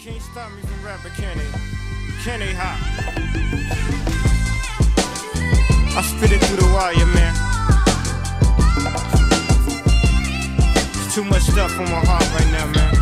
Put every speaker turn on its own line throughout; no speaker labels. can't stop me from rapping, can they? Can they hop? I spit it through the wire, man. It's too much stuff on my heart right now, man.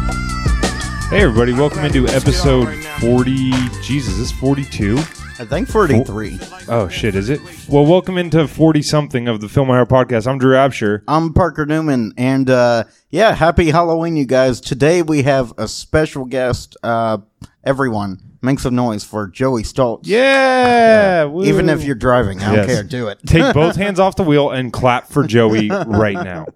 Hey everybody, welcome into episode 40. Jesus, is 42?
I think 43.
Oh shit, is it? Well, welcome into 40 something of the Film Hour podcast. I'm Drew Absher.
I'm Parker Newman, and uh, yeah, happy Halloween, you guys. Today we have a special guest. Uh, everyone, make some noise for Joey Stoltz.
Yeah. woo.
Even if you're driving, I don't
Yes.
care. Do it.
Take both hands off the wheel and clap for Joey right now.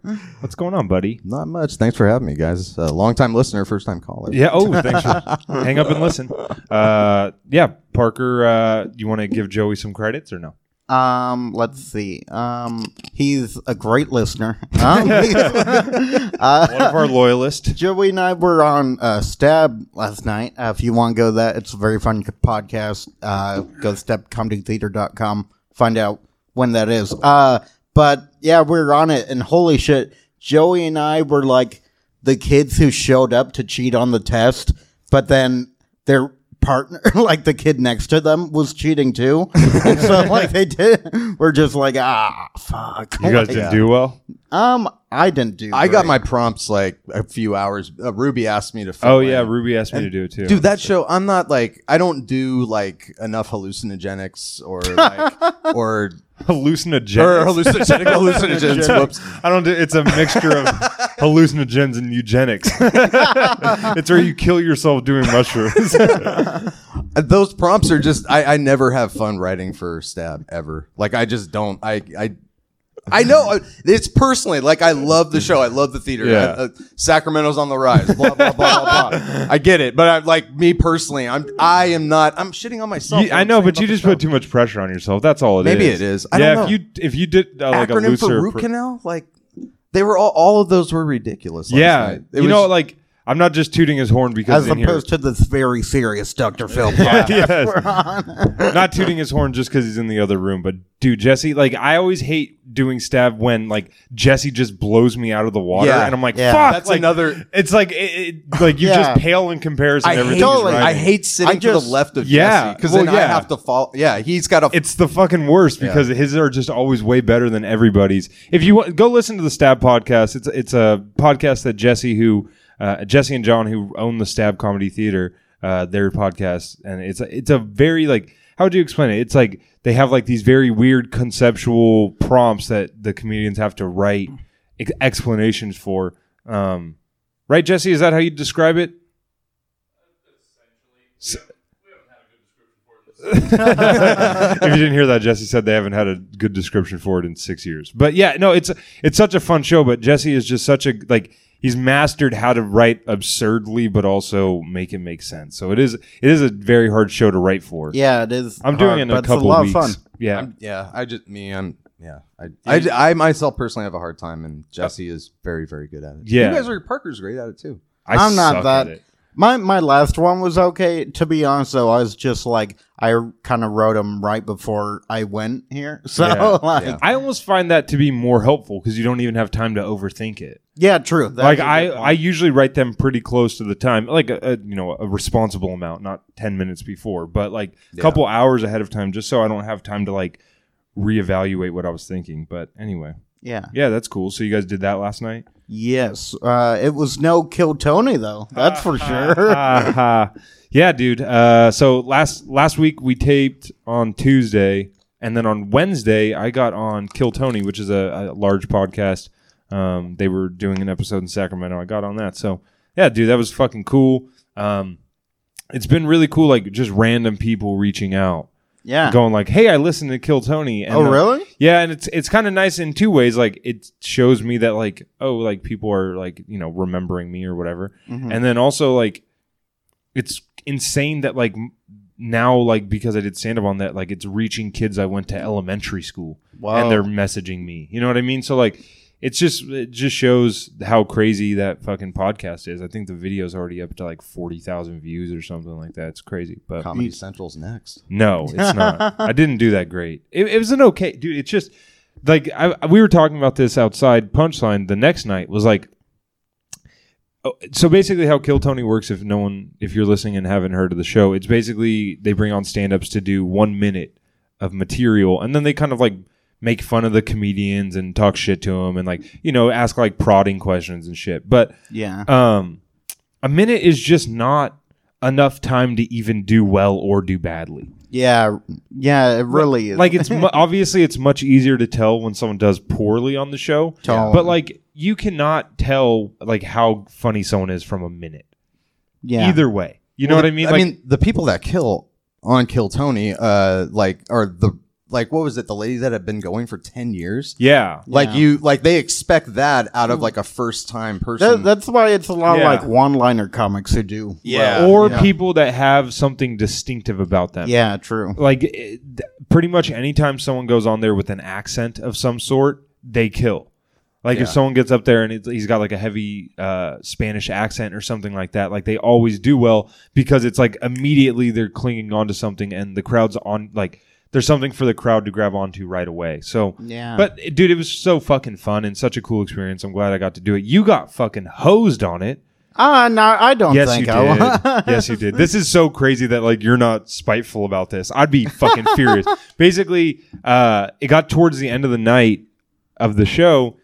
What's going on, buddy?
Not much. Thanks for having me, guys. Uh, long time listener, first time caller.
Yeah. Oh, thanks. For, hang up and listen. Uh, yeah, Parker, uh, you want to give Joey some credits or no?
Um, let's see. Um, he's a great listener. Um,
One of our loyalists.
Joey and I were on uh, Stab last night. Uh, if you want to go to that, it's a very fun c- podcast. Uh, go to stepcomedytheater.com. Find out when that is. Uh, but yeah, we were on it, and holy shit, Joey and I were like the kids who showed up to cheat on the test, but then their partner, like the kid next to them, was cheating too. and so like they did, we're just like ah fuck.
You guys didn't do well.
Um, I didn't do.
I got
great.
my prompts like a few hours. Uh, Ruby asked me to. Fill
Oh yeah,
in.
Ruby asked me to do it too.
Dude, that show. I'm not like I don't do like enough hallucinogenics or like or or
hallucinogenic.
hallucinogenic hallucinogens. Whoops.
I don't. do- It's a mixture of hallucinogens and eugenics. it's where you kill yourself doing mushrooms.
Uh, Those prompts are just. I I never have fun writing for Stab ever. Like I just don't. I I. I know uh, it's personally like I love the show. I love the theater.
Yeah.
I- uh, Sacramento's on the rise. Blah blah blah blah blah. I get it, but I like me personally. I'm I am not. I'm shitting on myself.
You-
when
I
I'm
know,
saying
but
about
you
the
just
show.
put too much pressure on yourself. That's all it is.
Maybe it is. I
yeah,
don't
if
know.
you if you did uh, like a
acronym for
looser
root
pr-
canal. Like they were all. All of those were ridiculous. last
yeah,
night. It
you
was-
know, like I'm not just tooting his horn because
as
in here-
opposed to this very serious Dr. Phil.
Yes. not tooting his horn just because he's in the other room, but dude, Jesse, like I always hate doing stab when like Jesse just blows me out of the water,
Yeah.
and I'm like,
Yeah.
fuck,
That's
like,
another-
It's like it, it, like you
Yeah.
just pale in comparison.
I
to everything
hate,
he's
Totally.
writing.
I hate sitting
I
to
just-
the left of
Yeah.
because
Well,
then I
yeah.
have to fall. Yeah, he's got a
it's the fucking worst because his are just always way better than everybody's. If you want, go listen to the Stab podcast, it's it's a podcast that Jesse who uh, Jesse and John who own the Stab Comedy Theater, uh, their podcast, and it's a, it's a very like how would you explain it? It's like they have like these very weird conceptual prompts that the comedians have to write ex- explanations for. Um, right, Jesse? Is that how you describe it? if you didn't hear that, Jesse said they haven't had a good description for it in six years. But yeah, no, it's it's such a fun show. But Jesse is just such a like he's mastered how to write absurdly, but also make it make sense. So it is it is a very hard show to write for.
Yeah, it is.
I'm
hard,
doing it in
but
a
it's
couple
lot
weeks.
Of fun.
Yeah,
yeah. I just me. I'm yeah. I, I I myself personally have a hard time, and Jesse is very very good at it.
Yeah.
you guys are Parker's great at it too.
I
I'm not
suck
that-
at it.
My my last one was okay. To be honest, though, I was just like I kind of wrote them right before I went here, so
Yeah,
like yeah,
yeah.
I almost find that to be more helpful because you don't even have time to overthink it.
true. That's
like
a good
I,
point.
I usually write them pretty close to the time, like a, a you know a responsible amount, not ten minutes before, but like a couple hours ahead of time, just so I don't have time to like reevaluate what I was thinking. But anyway,
yeah
yeah, that's cool. So you guys did that last night.
yes. Uh, it was no kill Tony though. That's for sure.
Ha, ha. Uh-huh. yeah, dude. Uh, so last last week we taped on Tuesday, and then on Wednesday I got on Kill Tony, which is a, a large podcast. Um, they were doing an episode in Sacramento. I got on that. So yeah, dude, that was fucking cool. Um, it's been really cool, like just random people reaching out,
Yeah.
going like, "Hey, I listened to Kill Tony." And uh,
oh
the-
really?
yeah, and it's it's kind of nice in two ways. Like it shows me that like oh like people are like you know remembering me or whatever,
Mm-hmm.
and then also like it's insane that like m- now like because I did stand up on that like it's reaching kids I went to elementary school
Wow.
and they're messaging me. You know what I mean? So like it's just it just shows how crazy that fucking podcast is. I think the video's already up to like forty thousand views or something like that. It's crazy, but
Comedy Central's next.
no, it's not. I didn't do that great. It, it was an okay, dude. It's just like I, we were talking about this outside. Punchline the next night was like, oh, so basically how kill tony works if no one if you're listening and haven't heard of the show it's basically they bring on stand-ups to do one minute of material and then they kind of like make fun of the comedians and talk shit to them and like you know ask like prodding questions and shit but
Yeah.
um a minute is just not enough time to even do well or do badly
Yeah. Yeah. It really is.
like it's mu- obviously it's much easier to tell when someone does poorly on the show
Totally.
but like you cannot tell like how funny someone is from a minute
yeah.
either way you know what i mean
I
like,
mean, the people that kill on Kill Tony, uh, like are the like what was it? The lady that had been going for ten years.
yeah
Like
Yeah.
you, like they expect that out of like a first time person.
That, that's why it's a lot
Yeah.
like one-liner comics who do.
yeah,
or
yeah.
people that have something distinctive about them
Yeah. True.
like it, th- pretty much anytime someone goes on there with an accent of some sort they kill like if
Yeah.
someone gets up there and it's, he's got like a heavy uh, Spanish accent or something like that, like they always do well because it's like immediately they're clinging onto something and the crowd's on like there's something for the crowd to grab onto right away. So
Yeah.
but eh, dude, it was so fucking fun and such a cool experience. I'm glad I got to do it. You got fucking hosed on it.
Ah, no, I don't
Yes,
think
you did.
I will.
yes, you did. This is so crazy that like you're not spiteful about this. I'd be fucking furious. Basically, uh, it got towards the end of the night of the show,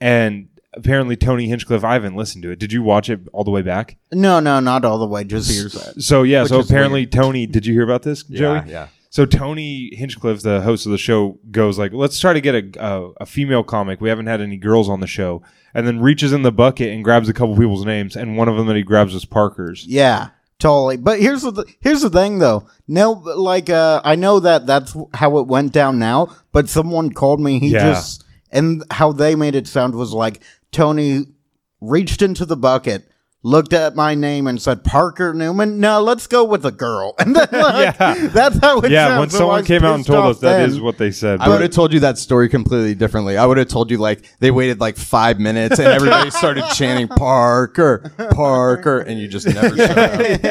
and apparently Tony Hinchcliffe. I haven't listened to it. Did you watch it all the way back?
no, no, not all the way. Just here's that.
So yeah.
Which
so
is
apparently Tony. Did you hear about this, Joey?
yeah, yeah.
So Tony Hinchcliffe, the host of the show, goes like, "Let's try to get a, a a female comic. We haven't had any girls on the show." And then reaches in the bucket and grabs a couple people's names, and one of them that he grabs was Parker's.
Yeah, totally. But here's the th- here's the thing though. No, but, like uh, I know that that's how it went down now. But someone called me. He
Yeah.
just and how they made it sound was like Tony reached into the bucket. Looked at my name and said Parker Newman. No, let's go with a girl. And then, like, that's how it
yeah,
sounds.
when
So I
someone
was
came out and
pissed
told
off
us that
then.
is what they said.
I
but-
would have told you that story completely differently. I would have told you like they waited like five minutes and everybody started chanting Parker, Parker, and you just never showed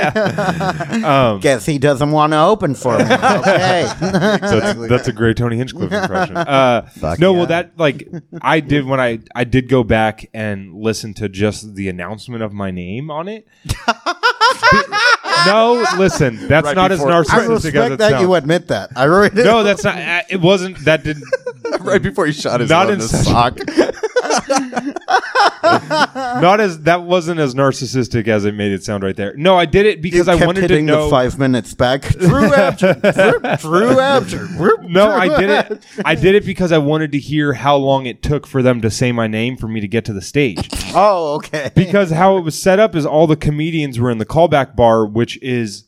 up.
Guess he doesn't want to open for me. Okay.
that's, that's a great Tony Hinchcliffe impression. Uh,
Fuck
no,
yeah.
well, that like I did when I I did go back and listen to just the announcement of my name on it. no, listen, that's
Right
not as
before- I
I
narcissistic as
respect
it
that
sounds.
you admit that. I really do.
no, that's not. I- It wasn't. That didn't.
right before he shot his Not
Not
in
in
the
such-
sock.
Not as that wasn't as narcissistic as it made it sound right there. No, I did it
You
because I
kept
wanted to
hitting
know.
the five minutes back. Drew Abger. Drew Abger.
No, I did it. I did it because I wanted to hear how long it took for them to say my name for me to get to the stage.
Oh, okay.
because how it was set up is all the comedians were in the callback bar, which is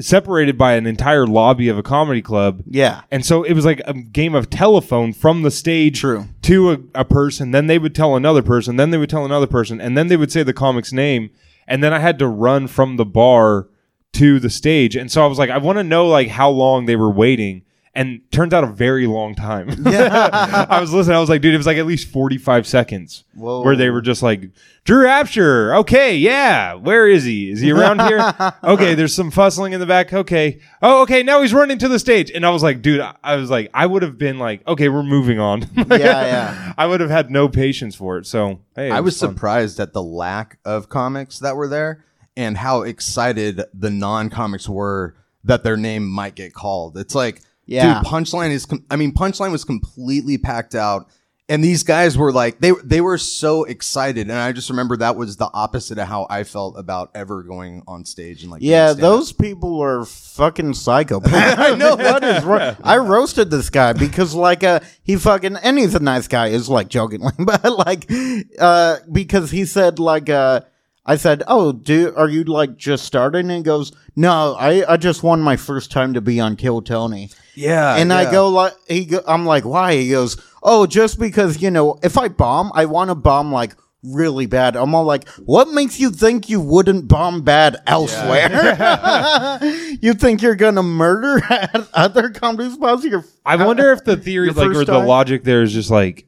separated by an entire lobby of a comedy club.
yeah.
And so it was like a game of telephone from the stage
True.
to a, a person. Then they would tell another person. Then they would tell another person. And then they would say the comic's name. And then I had to run from the bar to the stage. And so I was like, I want to know like how long they were waiting. And turns out a very long time. I was listening. I was like, dude, it was like at least 45 seconds
Whoa.
where they were just like, Drew Rapture. Okay. Yeah. Where is he? Is he around here? okay. There's some fussling in the back. Okay. Oh, okay. Now he's running to the stage. And I was like, dude, I- I was like, I would have been like, okay, we're moving on.
Yeah, yeah.
I would have had no patience for it. So, hey, it
I was
fun.
surprised at the lack of comics that were there and how excited the non comics were that their name might get called. It's like,
Yeah.
dude, Punchline is, com- I mean, Punchline was completely packed out. And these guys were like, they, they were so excited. And I just remember that was the opposite of how I felt about ever going on stage and like, doing
Yeah,
stand-up.
those people are fucking psychopaths. I know what is wrong. I roasted this guy because, like, uh, he fucking and he's a nice guy. Is like jokingly, but like, uh, because he said like, uh, I said, "Oh, do are you like just starting?" And he goes, "No, I I just won my first time to be on Kill Tony."
Yeah.
and I
yeah.
go like he go, I'm like why he goes oh just because you know if I bomb I want to bomb like really bad I'm all like what makes you think you wouldn't bomb bad elsewhere you think you're gonna murder at other comedy spots you're
I wonder if the theory,
Your
like, or
first
the
time?
logic there is just like,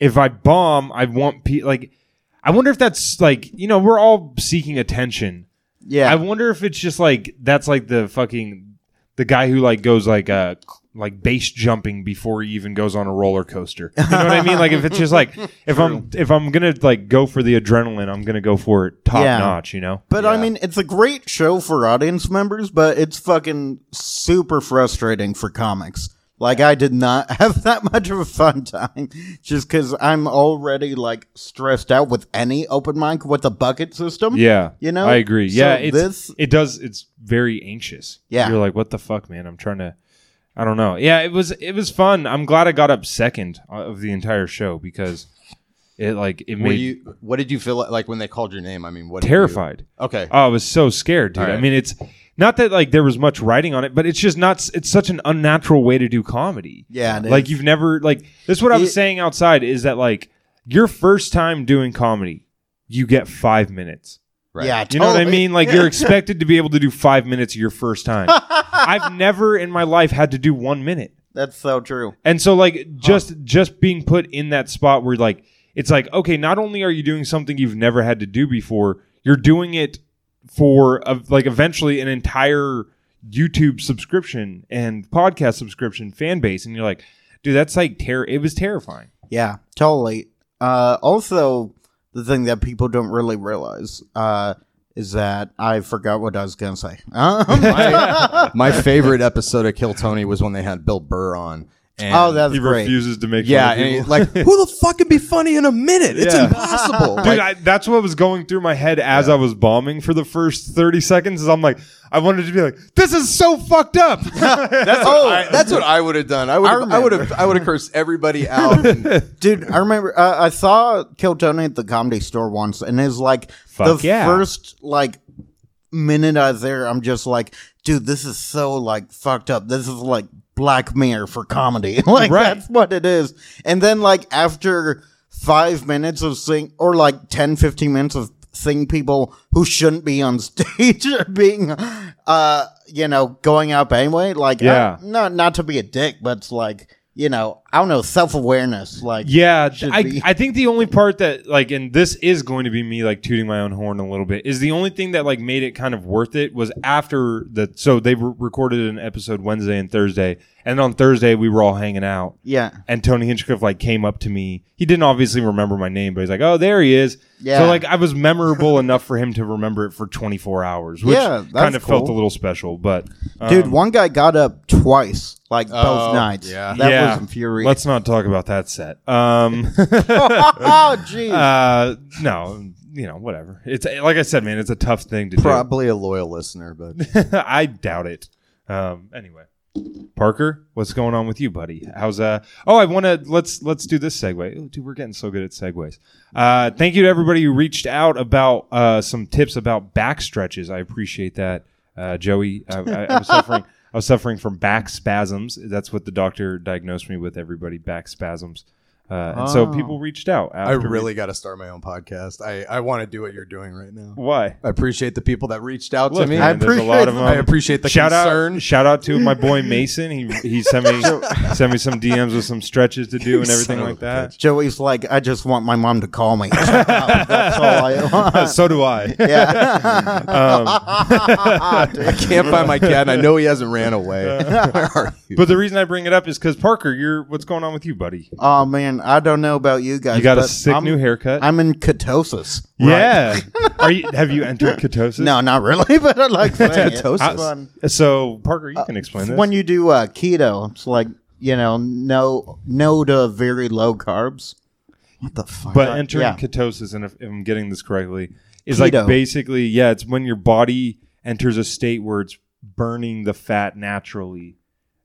if I bomb, I want pe like, I wonder if that's like, you know, we're all seeking attention.
yeah
I wonder if it's just like that's like the fucking the guy who like goes like uh like base jumping before he even goes on a roller coaster. You know what I mean? Like if it's just like if I'm if I'm gonna like go for the adrenaline, I'm gonna go for it top
Yeah.
notch. You know?
But I mean, it's a great show for audience members, but it's fucking super frustrating for comics. Like, I did not have that much of a fun time just because I'm already like stressed out with any open mic with a bucket system.
Yeah,
You know?
I agree.
So
Yeah, it's,
this-
it does. It's very anxious.
Yeah.
you're like, what the fuck, man? I'm trying to. I don't know. Yeah, it was it was fun. I'm glad I got up second uh, of the entire show because it like it
Were
made you
you? What did you feel like, like when they called your name? I mean, what? did you-
terrified.
okay.
Oh, I was so scared, dude.
All right.
I mean, it's not that like there was much writing on it, but it's just not. It's such an unnatural way to do comedy.
Yeah, it
like
is.
you've never like. That's what I was
It-
saying outside is that like your first time doing comedy, you get five minutes.
Right.
Oh, Yeah.
You know what I
totally.
mean? Like you're expected to be able to do five minutes your first time. I've never in my life had to do one minute.
That's so true.
And so like just just being put in that spot where like it's like okay, not only are you doing something you've never had to do before, you're doing it for a, like eventually an entire YouTube subscription and podcast subscription fan base, and you're like, dude, that's like terror. It was terrifying.
Yeah, totally. Uh, also, the thing that people don't really realize uh, is that I forgot what I was going to say. Um,
my, my favorite episode of Kill Tony was when they had Bill Burr on. And
oh, that's
he
great.
refuses to make.
yeah,
fun of
and he-
people.
like who the fuck can be funny in a minute? It's
Yeah.
impossible.
Dude,
Like,
I, that's what was going through my head as I was bombing for the first 30 seconds. Is I'm like, I wanted to be like, this is so fucked up.
that's, what I, oh, that's what I would have done. I would have, I would have, I would have cursed everybody out. and-
Dude, I remember uh, I saw Kill Tony at the comedy store once, and it was like
Fuck
the
yeah.
first like minute I was there, I'm just like, dude, this is so like fucked up. This is like Black Mirror for comedy. like
Right.
that's what it is. And then like after five minutes of seeing, or like 10, 15 minutes of seeing people who shouldn't be on stage being, uh, you know, going up anyway. Like, I-
Yeah.
not not to be a dick, but it's like. You know, I don't know, self awareness. Like,
yeah.
Should
I,
be.
I think the only part that, like, and this is going to be me, like, tooting my own horn a little bit, is the only thing that, like, made it kind of worth it was after the. So they re- recorded an episode Wednesday and Thursday. And on Thursday, we were all hanging out.
Yeah.
and Tony Hinchcliffe like came up to me. He didn't obviously remember my name, but he's like, "Oh, there he is."
Yeah.
So like I was memorable enough for him to remember it for 24 hours, which
Yeah, that's
kind of felt a
cool.
little special. But um,
Dude, one guy got up twice, like both
Oh,
nights.
yeah.
That
yeah,
was infuriating.
Let's not talk about that set. Um,
oh, jeez.
uh, no, you know, whatever. It's like I said, man, it's a tough thing to
Probably a loyal listener, but
do. I doubt it. Um, anyway. Parker, what's going on with you, buddy? How's uh? Oh, I want to let's let's do this segue. Ooh, dude, we're getting so good at segues. Uh, thank you to everybody who reached out about uh, some tips about back stretches. I appreciate that, uh, Joey. I, I, I was suffering. I was suffering from back spasms. That's what the doctor diagnosed me with. Everybody, back spasms. Uh, and so people reached out.
Ah. I
after we-
really got to start my own podcast. I, I want to do what you're doing right now.
why.
I appreciate the people that reached out to
Look,
me.
man,
I,
I-
there's a lot of
appreciate-
them.
appreciate the
shout
concern.
out shout out to my boy Mason. He he sent me sent me some DMs with some stretches to do and everything
Son of
like
a
that.
Joey's like, I just want my mom to call me. That's all I
Uh,
want.
so do I.
Yeah.
Um,
I can't find my cat, and I know he hasn't ran away. Where are you?
But the reason I bring it up is because Parker, you're what's going on with you, buddy?
oh, man. I don't know about you guys.
You got a
but
sick
I'm,
new haircut.
I'm in ketosis.
yeah. Are you? Have you entered ketosis?
No, not really, but I like saying it.
Ketosis.
It's fun.
So Parker,
Uh,
you can explain this.
When you do uh, keto, it's like, you know, no, no to very low carbs.
What the fuck?
but entering
yeah.
ketosis, and if, if I'm getting this correctly, is
Keto.
like basically yeah, it's when your body enters a state where it's burning the fat naturally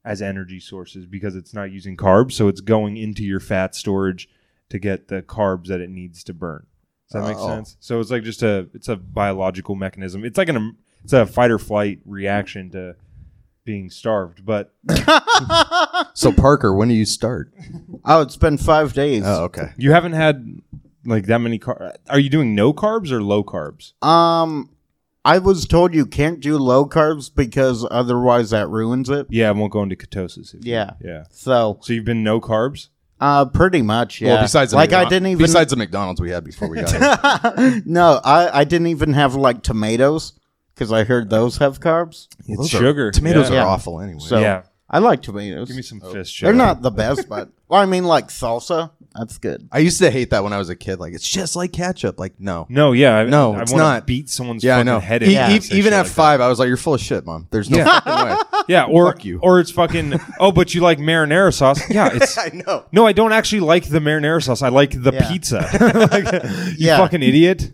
as energy sources because it's not using carbs, so it's going into your fat storage to get the carbs that it needs to burn. Does that make
Oh.
sense? So it's like just a it's a biological mechanism. It's like an it's a fight or flight reaction to being starved, but
so Parker, when do you start?
Oh, it's been five days.
Oh, okay.
you haven't had like that many carbs. Are you doing no carbs or low carbs?
Um, I was told you can't do low carbs because otherwise that ruins it.
Yeah, I won't go into ketosis. If you-
Yeah.
yeah.
So,
So you've been no carbs.
uh, pretty much, yeah.
Well, besides the
like I
McDon-
didn't even
besides the McDonald's we had before we got here.
no, I I didn't even have like tomatoes because I heard those have carbs.
It's
Those are-
sugar.
tomatoes
Yeah.
are
Yeah.
awful anyway.
So
Yeah.
I like tomatoes.
Give me some fish.
They're
Jared.
not the best, but well, I mean, like salsa, that's good.
I used to hate that when I was a kid. Like it's just like ketchup. Like no,
No, yeah, I,
No,
I
it's
wanna
not.
Beat someone's
yeah, I
fucking
know.
head
E-
in.
e-
and say
even
shit
at
like that.
five, I was like, "You're full of shit, mom." There's no fucking way.
yeah, or
Fuck you.
or it's fucking, oh, but you like marinara sauce? Yeah, it's.
I know.
No, I don't actually like the marinara sauce. I like the
Yeah.
pizza. Like, you
Yeah.
fucking idiot.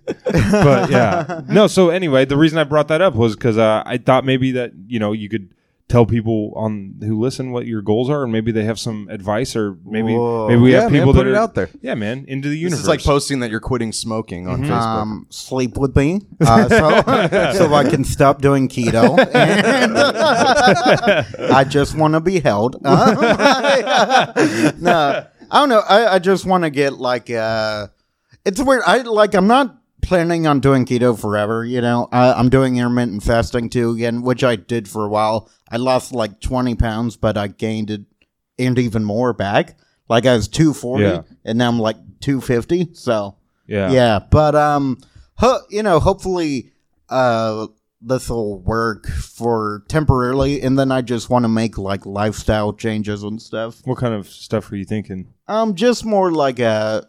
But yeah, no. So anyway, the reason I brought that up was because uh, I thought maybe that you know you could tell people on who listen what your goals are, and maybe they have some advice, or maybe
Whoa.
maybe we
Yeah,
have
man,
people
put
that
it
are
out there.
Yeah, man, into the
This
universe.
is like posting that you're quitting smoking on Facebook.
Um, sleep with me, uh, so so I can stop doing keto. And I just want to be held. Um, no, I don't know. I, I just want to get like uh, it's weird. I like I'm not planning on doing keto forever. You know, I, I'm doing intermittent fasting too again, which I did for a while. I lost like 20 pounds, but I gained it and even more back. Like I was 240,
Yeah.
and now I'm like 250. So
yeah,
yeah, but um, ho- you know, hopefully, uh, this will work for temporarily, and then I just want to make like lifestyle changes and stuff.
What kind of stuff were you thinking?
Um, just more like uh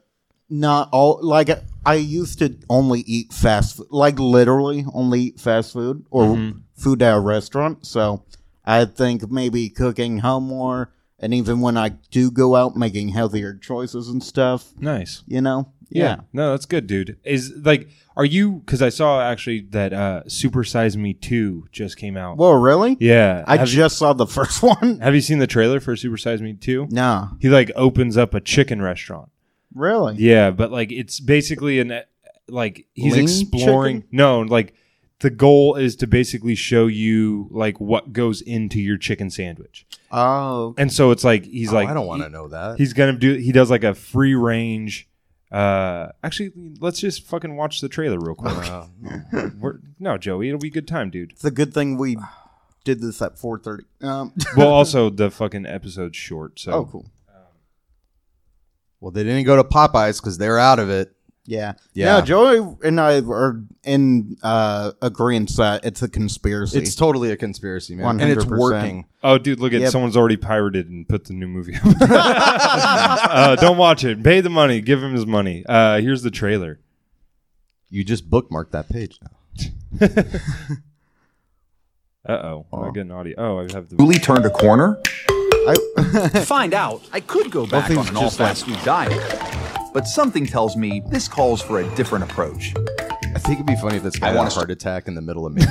not all like I used to only eat fast, food, like literally only eat fast food or food at a restaurant. So I think maybe cooking home more, and even when I do go out, making healthier choices and stuff.
Nice.
You know,
No, that's good, dude. Is like, are you? Because I saw actually that uh, Super Size Me Two just came out.
Well, really?
yeah,
I
have, you-
just saw the first one.
have you seen the trailer for Super Size Me Two?
No,
He like opens up a chicken restaurant.
really?
Yeah, but like it's basically an uh, like he's
Lean
exploring. No, like the goal is to basically show you like what goes into your chicken sandwich,
Oh,
and so it's like he's
Oh,
like
I don't want to know that.
He's gonna do. He does like a free range. Uh, actually, let's just fucking watch the trailer real quick.
Wow.
We're, no, Joey, it'll be a good time, dude.
it's a good thing we did this at four thirty. Um,
Well, also the fucking episode's short, so
oh, cool.
well, they didn't go to Popeyes because they're out of it.
Yeah,
Yeah.
No, Joey and I are in uh, agreement that it's a conspiracy.
It's totally a conspiracy, man, and it's
100%.
working.
Oh, dude, look at
Yep.
someone's already pirated and put the new movie. up. uh, don't watch it. Pay the money. Give him his money. Uh, here's the trailer.
You just bookmarked that page now.
Uh oh, I'm not getting audio. Oh, I have the.
Julie turned a corner?
To find out, I could go back
things
on an all
just
fast food diet, but something tells me this calls for a different approach.
I think it'd be funny if this guy
I
had
wanna
a heart attack in the middle of meeting.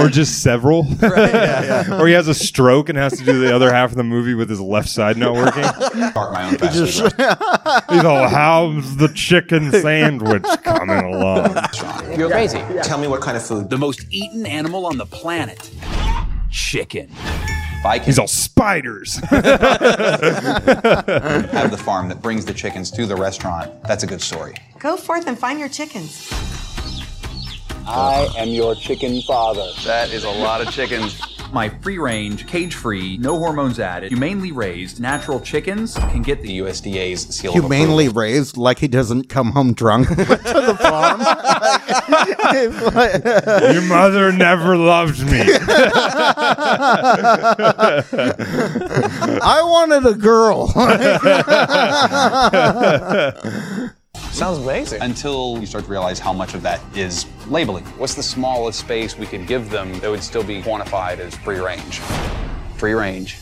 or just several. or he has a stroke and has to do the other half of the movie with his left side not working.
Start my own fast food
You know, how's the chicken sandwich coming along?
You're crazy.
Tell me what kind of food.
The most eaten animal on the planet chicken.
If I can
He's all spiders.
have the farm that brings the chickens to the restaurant, that's a good story.
Go forth and find your chickens.
I am your chicken father.
That is a lot of chickens.
My free range, cage free, no hormones added, humanely raised, natural chickens can get the
The USDA's seal of approval.
humanely raised, like he doesn't come home drunk to the farm.
Your mother never loved me.
I wanted a girl.
Sounds amazing.
Until you start to realize how much of that is labeling. What's the smallest space we could give them that would still be quantified as free range? Free range.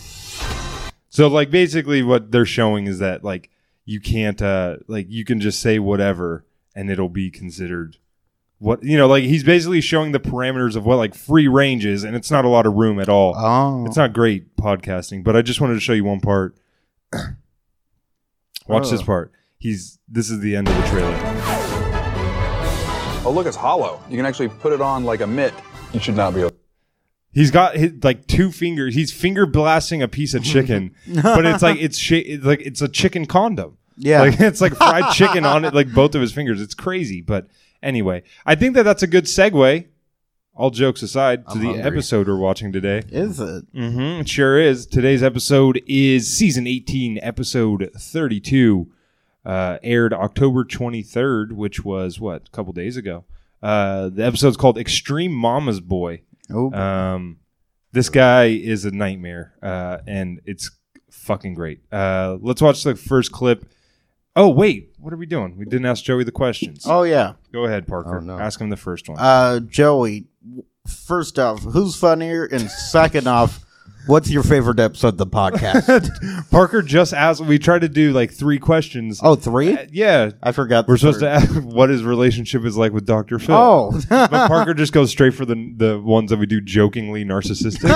so, like, basically, what they're showing is that, like, you can't, uh, like, you can just say whatever and it'll be considered what, you know, like, he's basically showing the parameters of what, like, free range is, and it's not a lot of room at all.
Oh.
It's not great podcasting, but I just wanted to show you one part. Watch this part. He's, this is the end of the trailer.
Oh, look, it's hollow. You can actually put it on like a mitt. You should not be able
He's got his, like two fingers. He's finger blasting a piece of chicken, but it's like it's, sha- it's like it's a chicken condom.
Yeah.
like, it's like fried chicken on it, like both of his fingers. It's crazy, but anyway, I think that that's a good segue. All jokes aside, to the episode we're watching today.
Is it?
Mm-hmm, it sure is. Today's episode is season 18, episode 32. Uh, aired October 23rd, which was what, a couple days ago. Uh, the episode's called Extreme Mama's Boy.
Oh,
Um, This guy is a nightmare, uh, and it's fucking great. Uh, let's watch the first clip. Oh wait, what are we doing? We didn't ask Joey the questions.
Oh yeah.
Go ahead, Parker.
Oh, no.
Ask him the first one.
Uh, Joey, w- first off, who's funnier? And second off, what's your favorite episode of the podcast?
Parker just asked. We tried to do like three questions. Uh,
oh, three?
yeah.
I forgot.
We're supposed to ask what his relationship is like with Dr. Phil.
Oh.
but Parker just goes straight for the the ones that we do jokingly narcissistic.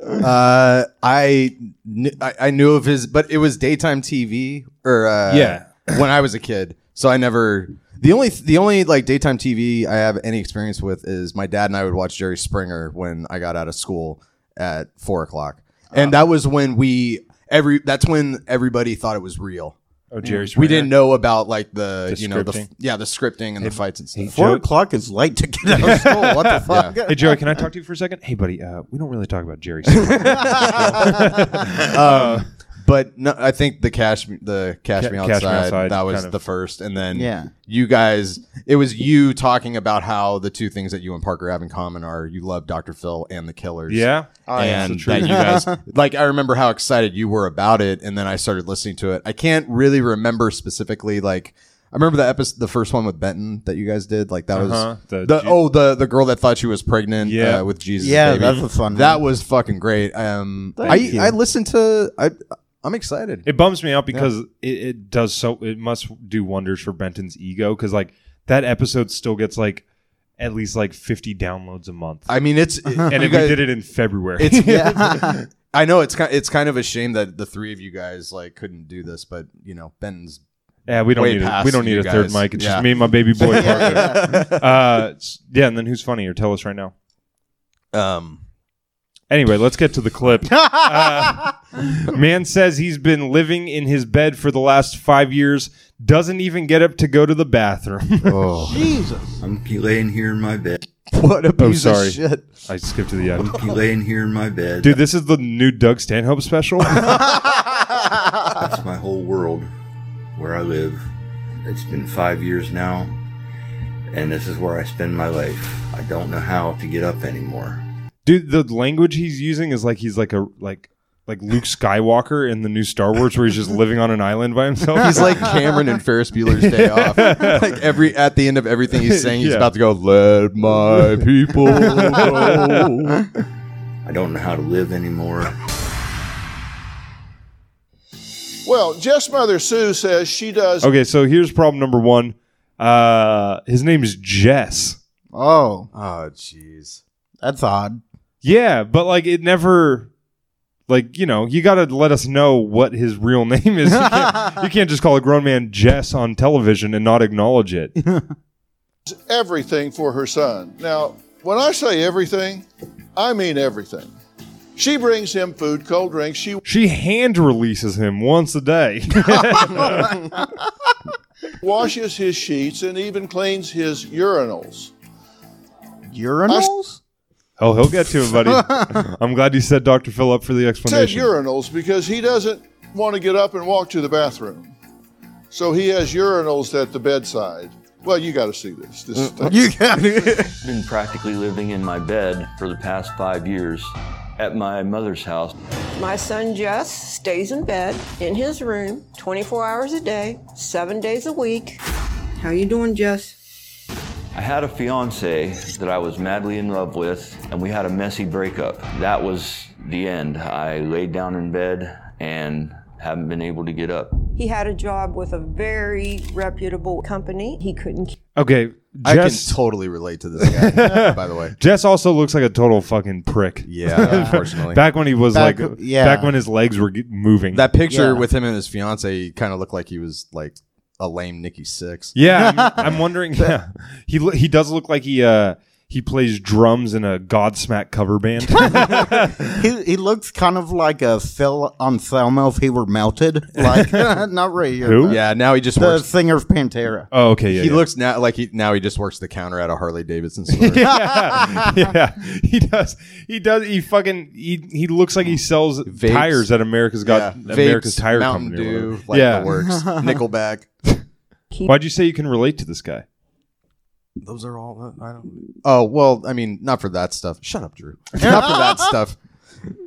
Uh, I, kn- I I knew of his, but it was daytime TV or uh,
Yeah.
when I was a kid. So I never the only the only like daytime TV I have any experience with is my dad and I would watch Jerry Springer when I got out of school at four o'clock, and
Uh.
that was when we every that's when everybody thought it was real.
oh, Jerry
We
Springer.
didn't know about like the, you know the
scripting.
f- yeah the scripting and the fights and stuff. Oh,
Four
Joe-
o'clock is late to get out of school. What the fuck?
Hey Joey, can I talk to you for a second? Hey buddy, uh, we don't really talk about Jerry. Springer.
Uh, But no, I think the cash, the cash,
Um, Ca-
me,
Cash
outside,
Me Outside
That was
kind of-
the first, and then
Yeah.
you guys. It was you talking about how the two things that you and Parker have in common are you love Dr. Phil and the Killers.
yeah.
and that you guys like. I remember how excited you were about it, and then I started listening to it. I can't really remember specifically. Like I remember the episode, the first one with Benton that you guys did. Like that
Uh-huh.
was
The
the,
Je-
oh the the girl that thought she was pregnant.
Yeah.
uh, with Jesus.
Yeah,
baby.
that's a fun
That
one.
was fucking great. Um,
Thank
I
you.
I listened to I. I'm excited.
It bums me out because it, it does so. It must do wonders for Benton's ego because like that episode still gets like at least like fifty downloads a month,
I mean, it's
Uh-huh.
and
you
if we
guys-
did it in February.
It's I know it's kind. It's kind of a shame that the three of you guys like couldn't do this, but you know, Ben's.
yeah, we don't
way
need a,
past
we don't need
you
a third
guys.
mic. It's
Yeah.
just me and my baby boy. Parker. Uh, s- yeah, and then who's funnier? Tell us right now.
Um,
Anyway, let's get to the clip. Uh, man says he's been living in his bed for the last five years, doesn't even get up to go to the bathroom.
Oh.
I'm laying here in my bed.
what a piece
Oh, sorry.
of shit.
I skipped to the end.
I'm laying here in my bed.
Dude, this is the new Doug Stanhope special.
That's my whole world where I live. It's been five years now, and this is where I spend my life. I don't know how to get up anymore.
Dude, the language he's using is like he's like a like like Luke Skywalker in the new Star Wars where he's just living on an island by himself.
He's like Cameron and Ferris Bueller's Day Off. Like every at the end of everything he's saying, he's
Yeah.
about to go. Let my people go.
I don't know how to live anymore.
Well, Jeff's mother Sue says she does.
Okay, so here's problem number one. Uh his name's Jess.
Oh,
Oh, jeez.
that's odd.
Yeah, but like it never like, you know, you gotta let us know what his real name is. You can't, you can't just call a grown man Jess on television and not acknowledge it.
everything for her son. Now, when I say everything, I mean everything. She brings him food, cold drinks. She
She hand releases him once a day.
washes his sheets and even cleans his urinals.
Urinals?
oh, he'll get to it, buddy. I'm glad you set Dr. Phil up for the
Said
explanation.
urinals because he doesn't want to get up and walk to the bathroom. So he has urinals at the bedside. Well, you got to see this. This is-
You got it.
I've been practically living in my bed for the past five years at my mother's house.
My son Jess stays in bed in his room 24 hours a day, seven days a week. How you doing, Jess?
I had a fiance that I was madly in love with, and we had a messy breakup. That was the end. I laid down in bed and haven't been able to get up.
He had a job with a very reputable company. He couldn't
Okay,
I can
Jess.
totally relate to this guy. by the way,
Jess also looks like a total fucking prick.
yeah. Unfortunately,
Back when he was
Back-
like,
yeah.
back when his legs were get- moving.
That
Yeah.
picture with him and his fiance kind of looked like he was like a lame Nikki Six.
yeah, I'm, I'm wondering. Yeah, he lo- he does look like he uh he plays drums in a Godsmack cover band.
he, he looks kind of like a Phil Anselmo if he were melted. Like, not really.
Who?
Yeah, now he just
The
works.
singer of Pantera.
oh, okay, yeah,
he
yeah.
looks now like he now he just works the counter at a Harley Davidson store. yeah.
yeah, yeah, he does. He does. He fucking. He, he looks like he sells tires at America's Got America's
Vapes,
Tire
Mountain
Company. or
Dew,
whatever.
like
yeah.
the works. Nickelback.
Why'd you say you can relate to this guy?
Those are all. I don't. Oh well, I mean, not for that stuff. Shut up, Drew. not for that stuff.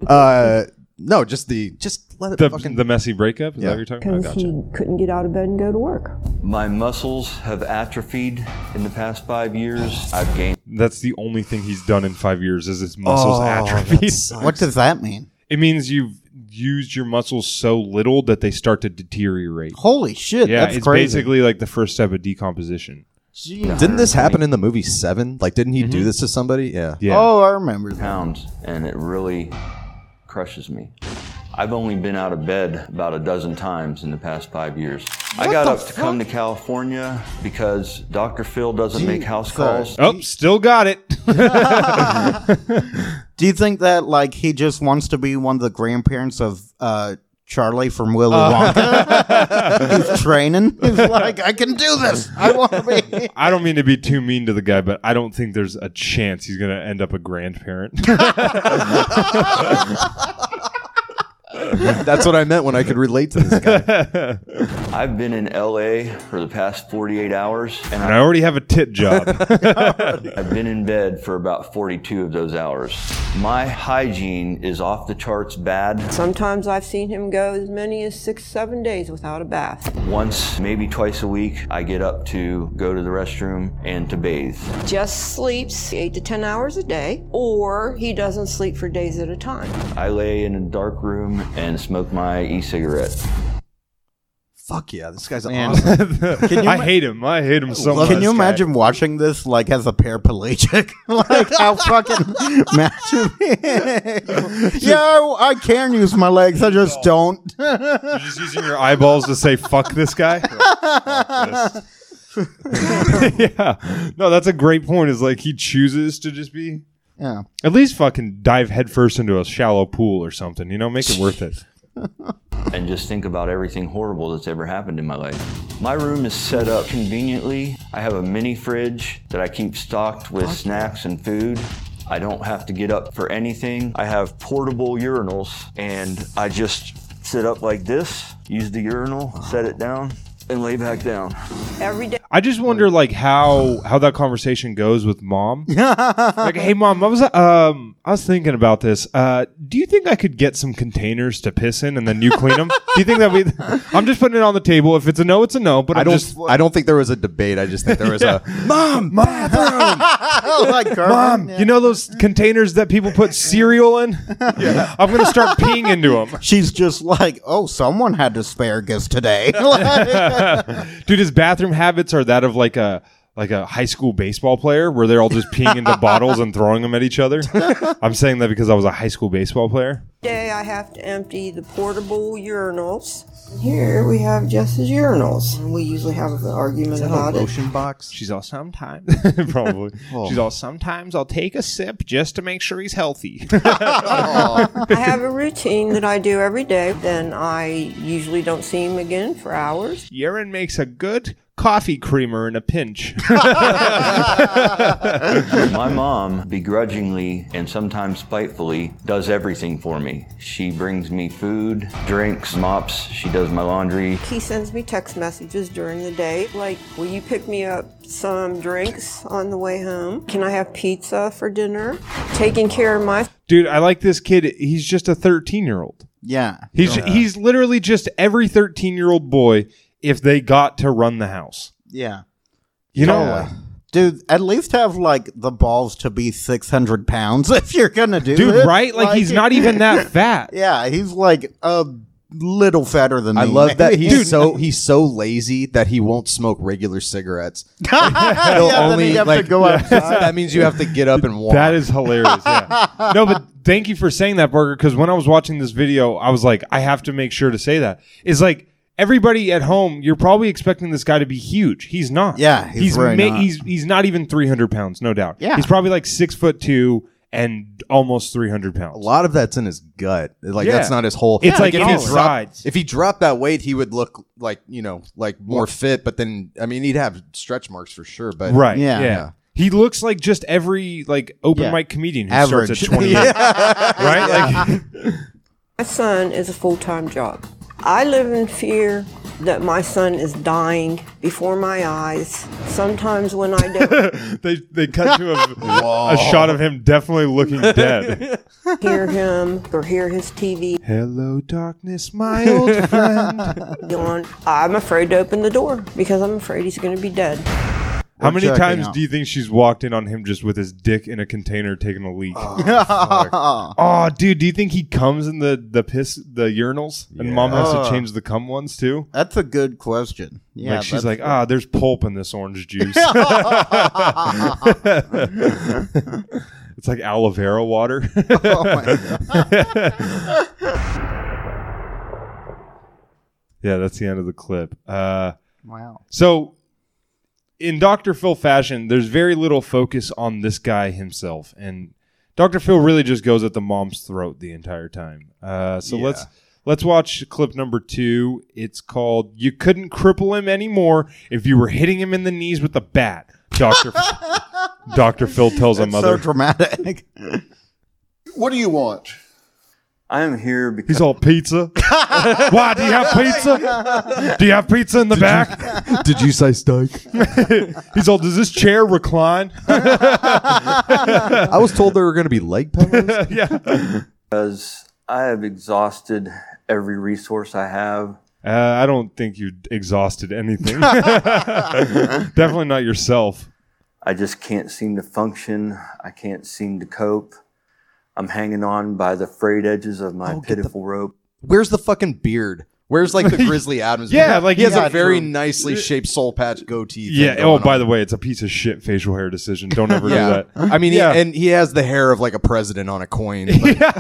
Uh, no, just the just let it
The,
fucking
the messy breakup? Is
Yeah.
that what you're talking
Because
about? Gotcha.
he couldn't get out of bed and go to work.
My muscles have atrophied in the past five years. I've gained.
That's the only thing he's done in five years is his muscles
Oh, that
atrophied.
sucks.
What does that mean?
It means you've used your muscles so little that they start to deteriorate.
Holy shit,
Yeah,
that's
it's
crazy.
basically like the first step of decomposition.
Jeez.
Didn't this happen in the movie Seven? Like, didn't he
Mm-hmm.
do this to somebody? Yeah.
Oh,
I remember
pounds, and it really crushes me. I've only been out of bed about a dozen times in the past five years. I got up to come to California because Dr. Phil doesn't make house calls.
Oh, still got it.
Do you think that like he just wants to be one of the grandparents of uh, Charlie from Willy
Uh.
Wonka? He's training. He's like, I can do this. I want to be.
I don't mean to be too mean to the guy, but I don't think there's a chance he's going to end up a grandparent.
That's what I meant when I could relate to this guy.
I've been in LA for the past 48 hours, and,
And I already have a tit job.
I've been in bed for about 42 of those hours. My hygiene is off the charts bad.
Sometimes I've seen him go as many as six, seven days without a bath.
Once, maybe twice a week, I get up to go to the restroom and to bathe.
Just sleeps eight to 10 hours a day, or he doesn't sleep for days at a time.
I lay in a dark room and smoke my e cigarette.
Fuck yeah, this guy's
Man.
awesome.
Can you
I
ma-
hate him. I hate him so much.
Can you imagine watching this like as a paraplegic? like how fucking imagine? Yo, I can use my legs. I just don't.
You're just using your eyeballs to say "fuck this guy." yeah, no, that's a great point. Is like he chooses to just be.
Yeah.
At least fucking dive headfirst into a shallow pool or something. You know, make it worth it.
and just think about everything horrible that's ever happened in my life. My room is set up conveniently. I have a mini fridge that I keep stocked with snacks and food. I don't have to get up for anything. I have portable urinals and I just sit up like this, use the urinal, set it down, and lay back down.
Every day.
I just wonder like how how that conversation goes with mom. like, hey mom, I was um I was thinking about this. Uh, do you think I could get some containers to piss in and then you clean them? do you think that we? I'm just putting it on the table. If it's a no, it's a no. But
I
I'm
don't.
Just,
I don't think there was a debate. I just think there was a mom,
bathroom.
Oh, like Garmin,
Mom, you know those containers that people put cereal in? I'm gonna start peeing into them.
She's just like, oh, someone had asparagus today.
Dude, his bathroom habits are that of like a like a high school baseball player where they're all just peeing into bottles and throwing them at each other. I'm saying that because I was a high school baseball player.
day I have to empty the portable urinals. Here we have Jess's urinals. And we usually have an argument about it.
box?
She's all sometimes. Probably.
Oh.
She's all sometimes I'll take a sip just to make sure he's healthy.
I have a routine that I do every day. Then I usually don't see him again for hours.
Urine makes a good coffee creamer in a pinch.
My mom begrudgingly and sometimes spitefully does everything for me. She brings me food, drinks, mops, she does my laundry.
He sends me text messages during the day, like, Will you pick me up some drinks on the way home? Can I have pizza for dinner? Taking care of my
Dude, I like this kid. He's just a 13 year old.
yeah.
He's
Yeah.
he's literally just every 13 year old boy if they got to run the house.
Yeah.
You know,
Totally. Dude, at least have like the balls to be six hundred pounds if you're gonna do
dude,
it.
right? Like, he's not even that fat.
Yeah, he's like a little fatter than
I
me,
love that
maybe.
he's so he's so lazy that he won't smoke regular cigarettes. He'll
Yeah, then you have to go outside.
That means you have to get up and walk.
That is hilarious. Yeah. no, but thank you for saying that, Burger. Because when I was watching this video, I was like, I have to make sure to say that. It's like everybody at home, you're probably expecting this guy to be huge. He's not.
Yeah, he's really not.
he's he's not even 300 pounds, no doubt.
Yeah.
he's probably like six foot two and almost 300 pounds.
a lot of that's in his gut. Like
Yeah.
that's not his whole.
It's like
if
in
he
his
dropped-
sides.
If he dropped that weight, he would look like you know, like more fit. But then, I mean, he'd have stretch marks for sure. But
Right.
Yeah.
Yeah.
Yeah.
He looks like just every like open
Yeah.
mic comedian who
Average.
starts at 20. Right? Like
My son is a full time job. I live in fear that my son is dying before my eyes. Sometimes when I don't
they they cut to a, a shot of him definitely looking dead.
hear him or hear his TV
Hello, darkness, my old friend.
on, I'm afraid to open the door because I'm afraid he's going to be dead.
How many
checking
times
out.
do you think she's walked in on him just with his dick in a container taking a leak?
Oh,
Oh, dude, do you think he comes in the the piss the urinals and mom has to
Yeah.
change the cum ones too?
That's a good question. Yeah,
like she's
that's
like,
good.
ah, there's pulp in this orange juice. it's like aloe vera water.
Oh my God.
yeah, that's the end of the clip. Uh,
Wow.
So, in Dr. Phil fashion, there's very little focus on this guy himself, and Dr. Phil really just goes at the mom's throat the entire time. Uh, so
Yeah.
let's let's watch clip number two. It's called "You Couldn't Cripple Him Anymore If You Were Hitting Him in the Knees with a Bat." Doctor Doctor Phil tells a
That's
mother.
so dramatic.
What do you want?
I am here because
He's all pizza. Why do you have pizza? Do you have pizza in the back?
Did you say steak?
He's all. Does this chair recline? Uh,
I was told there were going to be leg pillows.
yeah.
because I have exhausted every resource I have.
Uh, I don't think you exhausted anything. Definitely not yourself.
I just can't seem to function. I can't seem to cope. I'm hanging on by the frayed edges of
Oh,
my pitiful rope.
Where's the fucking beard? Where's like the Grizzly Adams?
Yeah,
beard?
like,
he has
yeah,
a very
true.
nicely shaped soul patch goatee. thing
Yeah.
going
Oh,
on.
by the way, it's a piece of shit facial hair decision. Don't ever
yeah.
do that.
I mean,
yeah.
he, and he has the hair of like a president on a coin. but-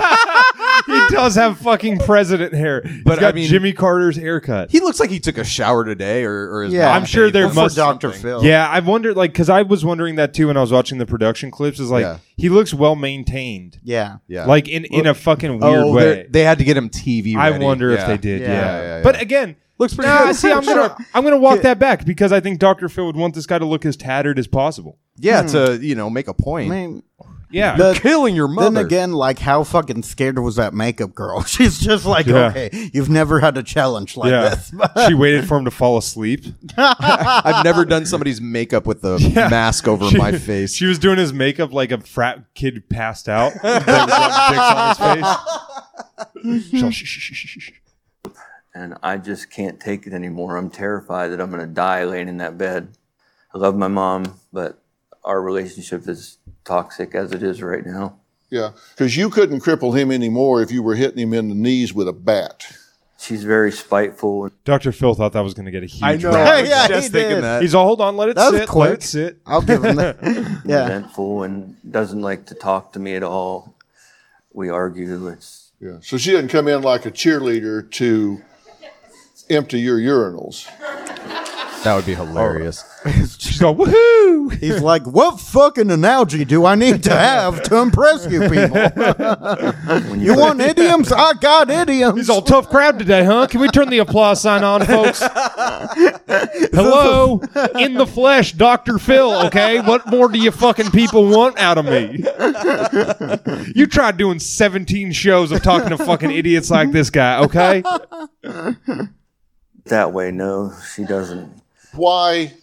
he does have fucking president hair. But
But,
He's got
I mean-
Jimmy Carter's haircut.
he looks like he took a shower today, or, or is
I'm sure there must
Doctor
Yeah, I wondered like because I was wondering that too when I was watching the production clips. Is like
Yeah.
he looks well maintained.
Yeah.
Yeah.
Like in in a fucking weird
Oh, they're-
way.
They had to get him TV.
I
ready.
wonder
Yeah.
if they did. Yeah.
yeah.
But again,
looks pretty
Nah,
good.
see, I'm
Sure.
gonna I'm gonna walk that back because I think Doctor Phil would want this guy to look as tattered as possible.
Yeah, to you know make a point.
I mean,
Yeah.
You're killing your mother.
Then again, like how fucking scared was that makeup girl? She's just like,
Yeah.
okay, you've never had a challenge like this.
she waited for him to fall asleep.
I've never done somebody's makeup with the mask over
She-
my face.
She was doing his makeup like a frat kid passed out. Like, rubbing dicks on his face. She'll shh, shh, shh, shh, shh.
and I just can't take it anymore. I'm terrified that I'm going to die laying in that bed. I love my mom, but our relationship is toxic as it is right now.
Yeah, because you couldn't cripple him anymore if you were hitting him in the knees with a bat.
She's very spiteful.
Dr. Phil thought that was going to get a huge.
I know,
round.
I was Yeah, just he thinking did. that.
He's all, hold on, let it
That was
sit. Let
quick.
it sit.
I'll give him that. Yeah.
Resentful and doesn't like to talk to me at all. We argue. It's
Yeah. So she didn't come in like a cheerleader to empty your urinals.
That would be hilarious.
She's going, woohoo!
He's like, what fucking analogy do I need to have to impress you people? you want idioms? I got idioms.
He's all tough crowd today, huh? Can we turn the applause sign on, folks? Hello, in the flesh, Dr. Phil, okay? What more do you fucking people want out of me? You tried doing 17 shows of talking to fucking idiots like this guy, okay?
that way. No, she doesn't.
Why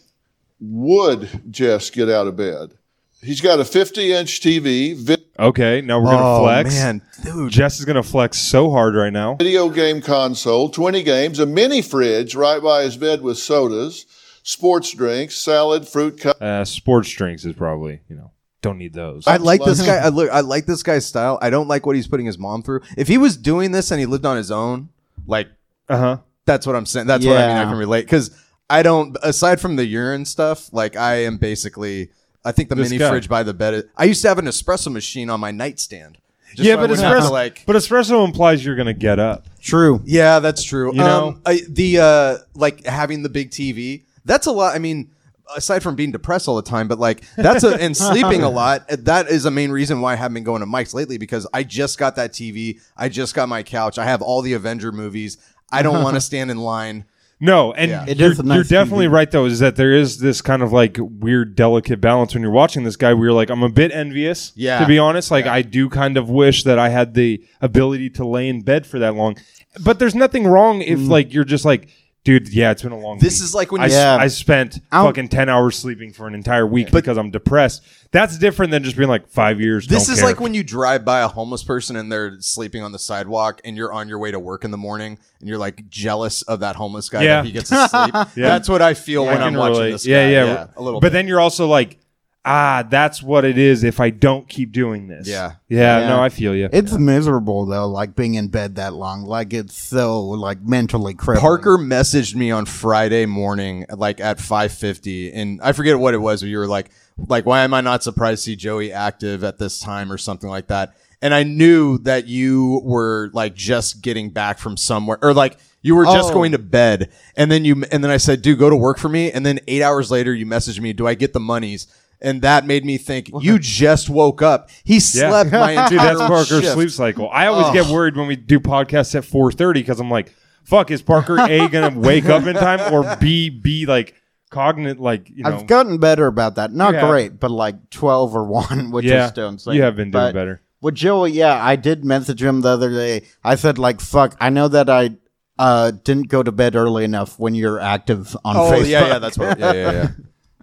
would Jess get out of bed? He's got a 50 inch TV, vi-
Okay, now we're going to
Oh,
flex.
man,
Jess is going to flex so hard right now.
video game console, 20 games, a mini fridge right by his bed with sodas, sports drinks, salad, fruit cup.
Uh, sports drinks is probably, you know, don't need those.
I like this guy. I look. I like this guy's style. I don't like what he's putting his mom through. If he was doing this and he lived on his own, like,
uh huh.
That's what I'm saying. That's what I mean. I
Yeah.
can relate because I don't. Aside from the urine stuff, like I am basically. I think the
This
mini
guy.
fridge by the bed. Is, I used to have an espresso machine on my nightstand. just so
yeah,
I
but
wouldn't have to,
espresso,
like
but espresso implies you're going to get up.
True.
Yeah, that's true.
You know?
um, I, the uh, like having the big TV. That's a lot. I mean, aside from being depressed all the time, but like that's a, and sleeping a lot. uh, That is a main reason why I haven't been going to Mike's lately because I just got that TV. I just got my couch. I have all the Avenger movies. I don't want to stand in line.
No, and
Yeah.
you're,
It is a nice
you're definitely
TV.
right though. Is that there is this kind of like weird, delicate balance when you're watching this guy? Where you're like, I'm a bit envious.
Yeah.
To be honest, like I do kind of wish that I
Mm.
had the ability to lay in bed for that long. But there's nothing wrong if like you're just like Dude, yeah, it's been a long.
This
week.
is like when
I,
you-
s-
Yeah.
I spent
Out-
fucking ten hours sleeping for an entire week because I'm depressed. That's different than just being like five years.
This
don't
is
care.
like when you drive by a homeless person and they're sleeping on the sidewalk, and you're on your way to work in the morning, and you're like jealous of that homeless guy
Yeah.
that he gets to sleep.
Yeah.
That's what I feel
I
when I'm
can
watching
relate.
this.
Yeah,
guy.
yeah,
a little.
But
bit.
then you're also like, ah, that's what it is. If I don't keep doing this,
Yeah.
yeah. No, I feel you.
It's miserable though, like being in bed that long. Like it's so like mentally crippling.
Parker messaged me on Friday morning, like at 5:50, and I forget what it was. But you were like, like, why am I not surprised to see Joey active at this time or something like that? And I knew that you were like just getting back from somewhere, or like you were just
Oh.
going to bed, and then you, and then I said, dude, go to work for me. And then eight hours later, you messaged me, do I get the monies? And that made me think you just woke up. He slept my entire
Dude, that's Parker's
shift.
sleep cycle. I always
Ugh.
get worried when we do podcasts at 4:30 because I'm like, fuck, is Parker A gonna wake up in time or B be like cognate like you know?
I've gotten better about that. Not
Yeah.
great, but like twelve or one, which
Yeah.
is still insane.
You have been doing
But
better.
With Joey, yeah, I did message him the other day. I said like, "Fuck, I know that I uh, didn't go to bed early enough when you're active on
Oh,
Facebook."
yeah, yeah, that's what. Yeah, yeah, yeah.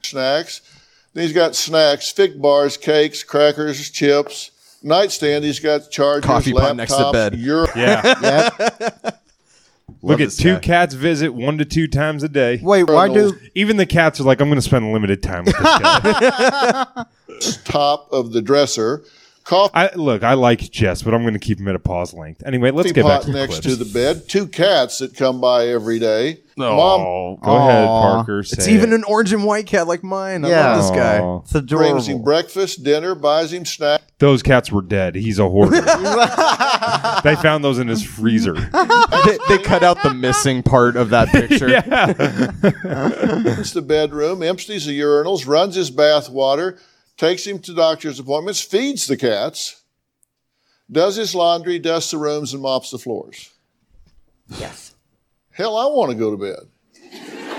snacks. Then he's got snacks, fig bars, cakes, crackers, chips. Nightstand, he's got chargers,
Coffee
laptops,
pot next to bed.
Euro-
Yeah.
Love
Look at
this
two
guy.
cats visit one to two times a day.
Wait, why do-
even the cats are like, I'm gonna spend limited time with this guy.
top of the dresser, coffee
I, look, I like Jess, but I'm gonna keep him at a pause length. Anyway, let's get back
pot
to the
next
clips.
to the bed, two cats that come by every day.
Oh, go ahead, Parker.
It's
say
even
it.
an orange and white cat like mine. I
Yeah.
love this guy.
Aw.
It's adorable.
brings him breakfast, dinner, buys him snacks.
Those cats were dead. He's a hoarder. they found those in his freezer.
they, they cut out the missing part of that picture.
Cleans the bedroom, empties the urinals, runs his bath water, takes him to doctor's appointments, feeds the cats, does his laundry, dusts the rooms, and mops the floors.
Yes.
Hell, I want to go to bed.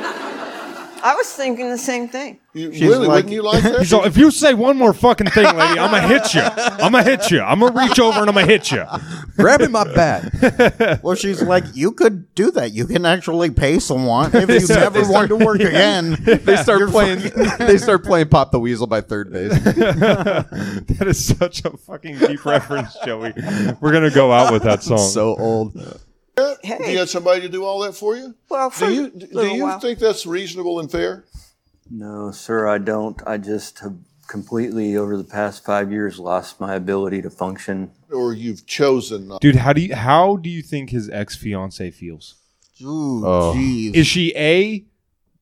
I was thinking the same thing.
You,
She's
really,
like-
wouldn't you like that?
He's all, if you say one more fucking thing, lady, I'm gonna hit you. I'm gonna hit you. I'm gonna reach over and I'm gonna hit you.
Grabbing my bat.
Well, she's like, "You could do that. You can actually pay someone if you
start-
never
they
want to work again."
They start
You're
playing. they start playing Pop the Weasel by third base.
That is such a fucking deep reference, Joey. We're gonna go out with that song.
so old.
You got somebody to do all that for you?
Well, for
Do you
a
do
little
you
while.
think that's reasonable and fair?
No, sir, I don't. I just have completely, over the past five years, lost my ability to function.
Or you've chosen not?
Dude, how do you how do you think his ex fiance feels?
Ooh,
Oh.
jeez.
Is she a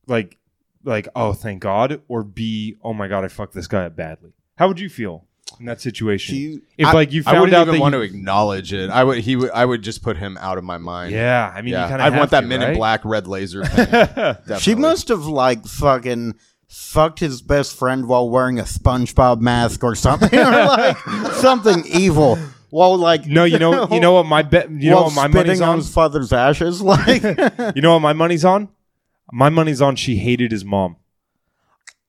like like oh thank God or B oh my God I fucked this guy up badly? How would you feel in that situation?
She-
if
I-
like you
I
found
wouldn't
out
even
that
want
you-
to acknowledge it. I would. He would. I would just put him out of my mind.
yeah, I mean you kind
I
of
want that Men
right?
in Black red laser. Thing. Definitely.
She must have like fucking fucked his best friend while wearing a SpongeBob mask or something, or like something evil. While like
No, you know you know what my bet you know
while
what my
spitting
money's
on
on
his father's ashes, like
You know what my money's on? My money's on she hated his mom.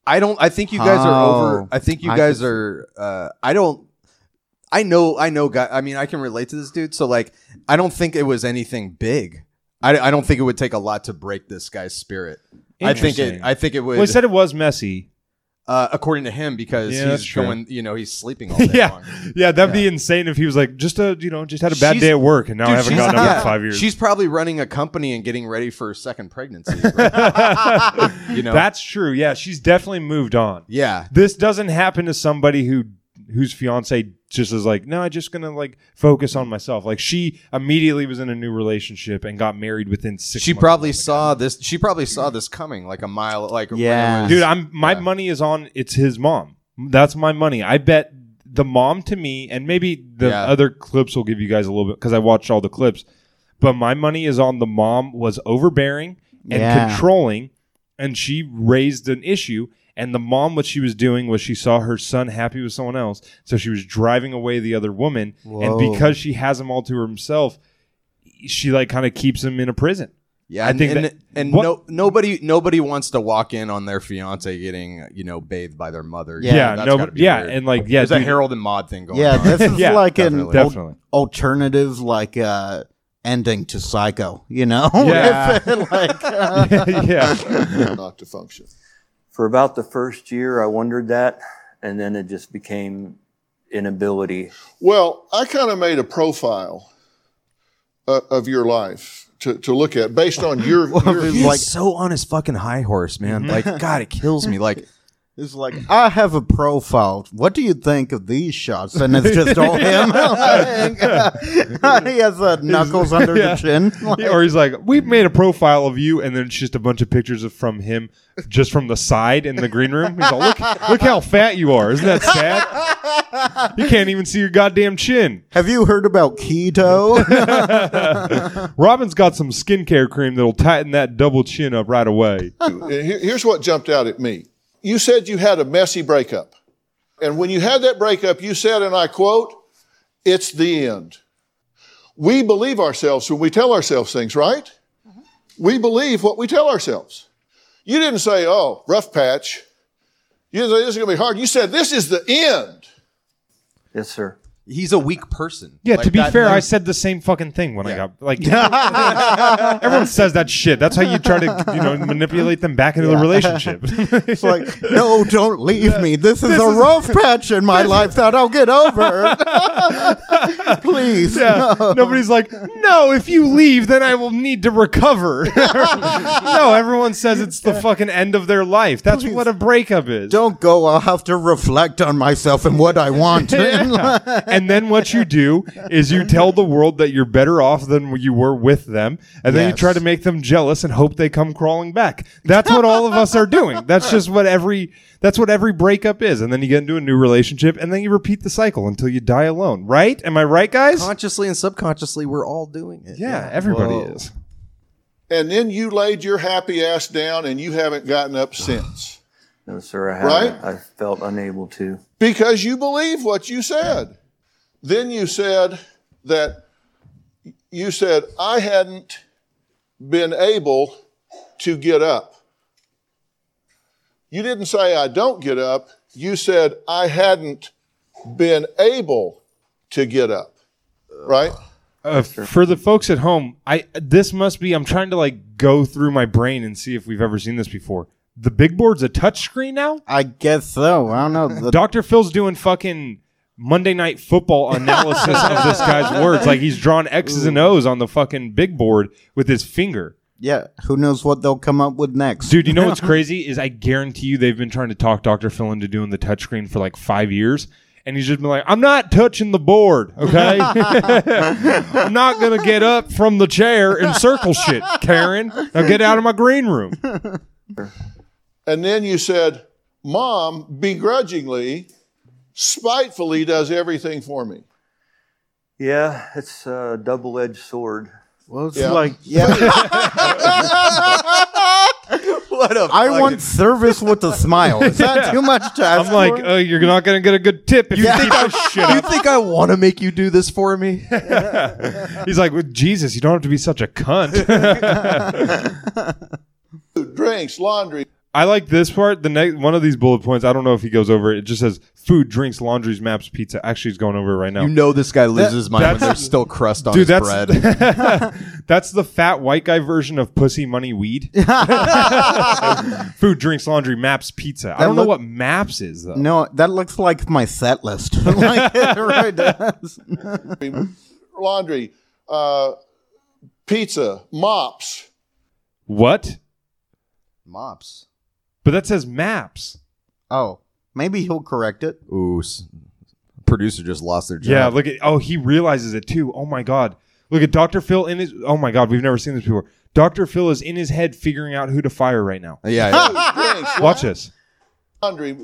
I don't. I think you guys are over.
Oh.
I think you
I
guys
could-
are. Uh, I don't. I know. I know. Guy. I mean, I can relate to this dude. So like, I don't think it was anything big. I, I don't think it would take a lot to break this guy's spirit. I think it.
Interesting.
I think it would.
Well, he said it was messy.
uh, according to him, because
Yeah, that's
he's
true.
going. You know, he's sleeping all day
yeah,
long.
yeah, that'd be insane if he was like, just a, you know, just had a bad
She's-
day at work, and now I
Dude,
haven't
she's-
gotten up
yeah,
in five years.
She's probably running a company and getting ready for a second pregnancy. right? you know.
That's true. Yeah, she's definitely moved on.
yeah.
This doesn't happen to somebody who whose fiance just is like, no, I'm just gonna like focus on myself. Like she immediately was in a new relationship and got married within six.
She
months.
probably saw this. She probably saw this coming, like a mile, like
Yeah.
when it was-
dude i'm my money is on it's his mom that's my money i bet the mom to me and maybe the
Yeah.
other clips will give you guys a little bit because i watched all the clips but my money is on the mom was overbearing and
Yeah.
controlling and she raised an issue and the mom what she was doing was she saw her son happy with someone else so she was driving away the other woman
Whoa.
and because she has him all to herself she like kind of keeps him in a prison
Yeah,
I
and,
think
and,
that-
and
what-
no nobody nobody wants to walk in on their fiance getting you know bathed by their mother.
Yeah,
yeah,
that's
no
gotta be
yeah
weird.
and like yeah
there's a
dude,
Harold and Maude thing going
yeah,
on.
this is
Yeah,
like an
definitely.
al-
Definitely.
alternative like uh ending to Psycho, you know?
Yeah.
Like, uh,
Not to function.
For about the first year, I wondered that, and then it just became inability.
Well, I kind of made a profile uh, of your life to, to look at based on your, your
He's so on his fucking high horse, man.
Mm-hmm.
Like, God, it kills me. Like,
It's like I have a profile. What do you think of these shots? And it's just all him. Like, uh, he has uh, knuckles under
Yeah.
the chin.
Yeah, or he's like, we've made a profile of you, and then it's just a bunch of pictures of from him, just from the side in the green room. He's all, look, look how fat you are. Isn't that sad? You can't even see your goddamn chin.
Have you heard about keto?
Robin's got some skincare cream that'll tighten that double chin up right away.
And here- here's what jumped out at me. You said you had a messy breakup. And when you had that breakup, you said, and I quote, it's the end. We believe ourselves when we tell ourselves things, right?
Mm-hmm.
We believe what we tell ourselves. You didn't say, oh, rough patch. You didn't say this is going to be hard. You said, this is the end.
Yes, sir.
He's a weak person.
Yeah,
Like,
to be
that-
fair,
that-
I said the same fucking thing when I got like everyone says that shit. That's how you try to you know manipulate them back into the relationship.
it's like, no, don't leave me. This is a rough patch in my life that I'll get over. Please.
Yeah. Nobody's like, no, if you leave, then I will need to recover. no, everyone says it's the fucking end of their life. That's what a breakup is.
Don't go. I'll have to reflect on myself and what I want.
Yeah. and then what you do is you tell the world that you're better off than you were with them, and then you
Yes.
try to make them jealous and hope they come crawling back. That's what all of us are doing. That's just what every that's what every breakup is. And then you get into a new relationship, and then you repeat the cycle until you die alone. Right? Am I right, guys?
consciously and subconsciously, we're all doing it.
Yeah, everybody
Whoa.
is.
And then you laid your happy ass down and you haven't gotten up since.
No, sir, I
Right?
haven't. I felt unable to.
because you believe what you said. Then you said that you said, I hadn't been able to get up. You didn't say, I don't get up. You said, I hadn't been able to get up. Right?
Uh, for the folks at home, I this must be. I'm trying to like go through my brain and see if we've ever seen this before. The big board's a touchscreen now.
I guess so. I don't know. The-
Dr. Phil's doing fucking Monday Night Football analysis of this guy's words. Like he's drawn X's and O's on the fucking big board with his finger.
yeah. Who knows what they'll come up with next?
Dude, you know what's crazy is I guarantee you they've been trying to talk Dr. Phil into doing the touchscreen for like five years. And he's just been like, I'm not touching the board, okay? I'm not going to get up from the chair and circle shit, Karen. Now get out of my green room.
And then you said, Mom begrudgingly, spitefully does everything for me.
Yeah, it's a double edged sword.
Well, it's
Yeah.
like, yeah.
what a
I want service with a smile. Is that too much to ask
I'm like,
for?
uh, you're not going to get a good tip if you, keep this shit
You
up.
think I want to make you do this for me?
He's like, well, Jesus, you don't have to be such a cunt.
Food, Drinks, laundry,
I like this part. The next one of these bullet points, I don't know if he goes over it. It just says food, drinks, laundries, maps, pizza. Actually, he's going over it right now.
You know this guy loses his mind when
that's-
there's still crust on his bread.
that's the fat white guy version of pussy money weed. food, drinks, laundry, maps, pizza. I
That
don't know
look-
what maps is though.
No, that looks like my set list. like it really does.
laundry, uh, pizza, mops.
What?
Mops.
But that says maps.
Oh, maybe he'll correct it.
Ooh, s- producer just lost their job.
Yeah, look at oh, he realizes it too. Oh my god. Look at Dr. Phil in his oh my god, we've never seen this before. Dr. Phil is in his head figuring out who to fire right now.
yeah, yeah. Ah.
Drinks,
Watch this.
laundry,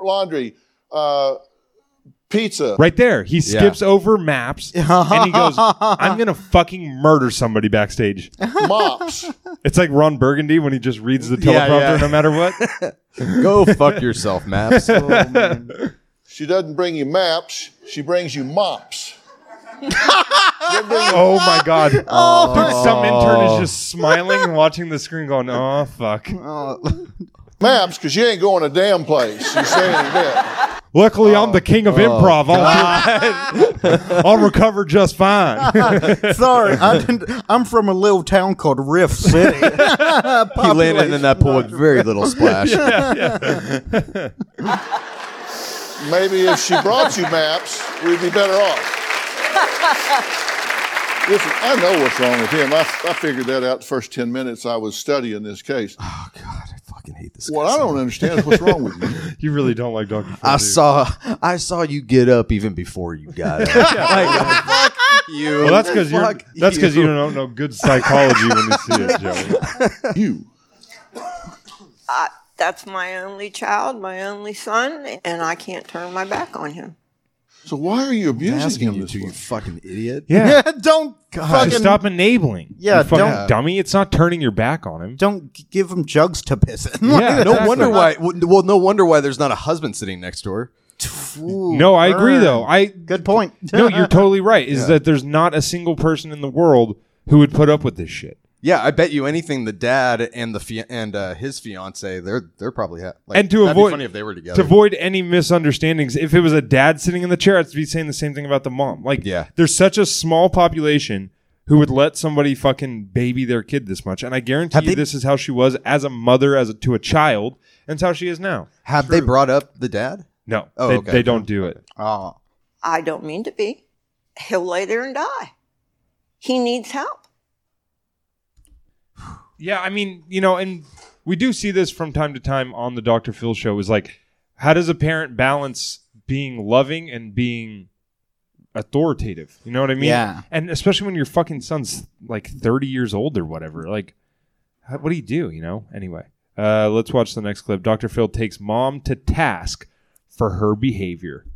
laundry, uh, pizza.
Right there. He skips over maps and he goes, I'm gonna fucking murder somebody backstage.
Mops.
It's like Ron Burgundy when he just reads the
Yeah, yeah.
teleprompter no matter what.
Go fuck yourself, Maps.
She doesn't bring you maps. She brings you mops.
oh my god.
Oh.
Dude, some intern is just smiling and watching the screen going, Oh fuck.
Oh,
Maps, because you ain't going a damn place. You're saying that.
Luckily, I'm
Oh,
the king of improv. I'll, I'll recover just fine.
Sorry, I didn't, I'm from a little town called Rift City.
he landed in that pool with very little splash.
Maybe if she brought you maps, we'd be better off. Listen, I know what's wrong with him. I, I figured that out the first 10 minutes I was studying this case. Oh, God, I fucking hate this What I don't understand is what's wrong with you.
You really don't like Dr. Phil,
I
do you?
saw I saw you get up even before you got up. Like, fuck you.
Well, that's because you
Fuck
that's because you don't know good psychology when you see it, Joey.
You.
I, that's my only child, my only son, and I can't turn my back on him.
So why are you abusing
asking him you to, you fucking idiot?
Yeah.
don't
Just
fucking
stop enabling.
Yeah,
you fucking
don't-
dummy. It's not turning your back on him.
don't g- give him jugs to piss in.
Yeah,
no
exactly.
wonder why. Well, no wonder why there's not a husband sitting next to her.
Ooh,
No, I agree
burn.
though. I
Good point.
no, you're totally right. Is
Yeah.
that there's not a single person in the world who would put up with this shit.
Yeah, I bet you anything. The dad and the fia- and uh, his fiance, they're they're probably ha- like,
and to
that'd
avoid
be funny if they were together.
to avoid any misunderstandings if it was a dad sitting in the chair i'd be saying the same thing about the mom like
Yeah.
there's such a small population who would let somebody fucking baby their kid this much and i guarantee
Have
you
they-
this is how she was as a mother as a, to a child and it's how she is now
Have they brought up the dad?
no
Oh,
they,
okay.
they don't do it
Oh,
I don't mean to be. He'll lay there and die. He needs help.
yeah i mean you know and we do see this from time to time on the dr phil show is like how does a parent balance being loving and being authoritative you know what i mean
Yeah.
and especially when your fucking son's like 30 years old or whatever like how, what do you do you know anyway uh, let's watch the next clip dr phil takes mom to task for her behavior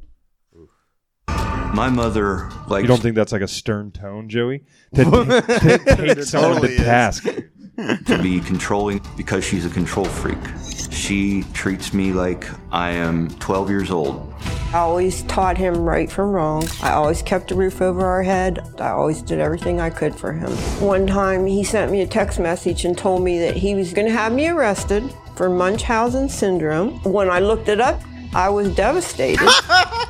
My mother likes
you don't think that's like a stern tone joey to, to take someone
totally
to
is.
task
to be controlling because she's a control freak. She treats me like I am 12 years old.
I always taught him right from wrong. I always kept a roof over our head. I always did everything I could for him. One time he sent me a text message and told me that he was going to have me arrested for Munchausen syndrome. When I looked it up, I was devastated.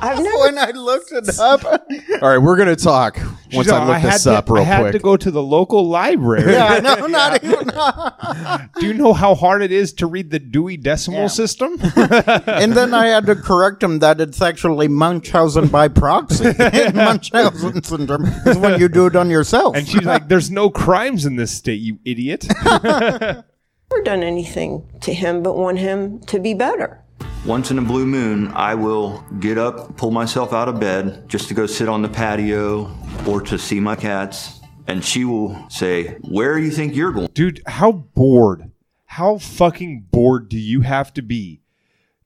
I've never
when I looked it up,
All right, we're gonna talk once
She's
I
like,
look this
had to-
up real
I had to
quick.
go to the local library
yeah, no, not even.
do you know how hard it is to read the dewey decimal system
And then I had to correct him that it's actually Munchausen by proxy. Munchausen syndrome is when you do it on yourself.
and she's like there's no crimes in this state you idiot
done anything to him but want him to be better.
Once in a blue moon, I will get up, pull myself out of bed just to go sit on the patio or to see my cats. And she will say, Where you think you're going?
Dude, how bored, how fucking bored do you have to be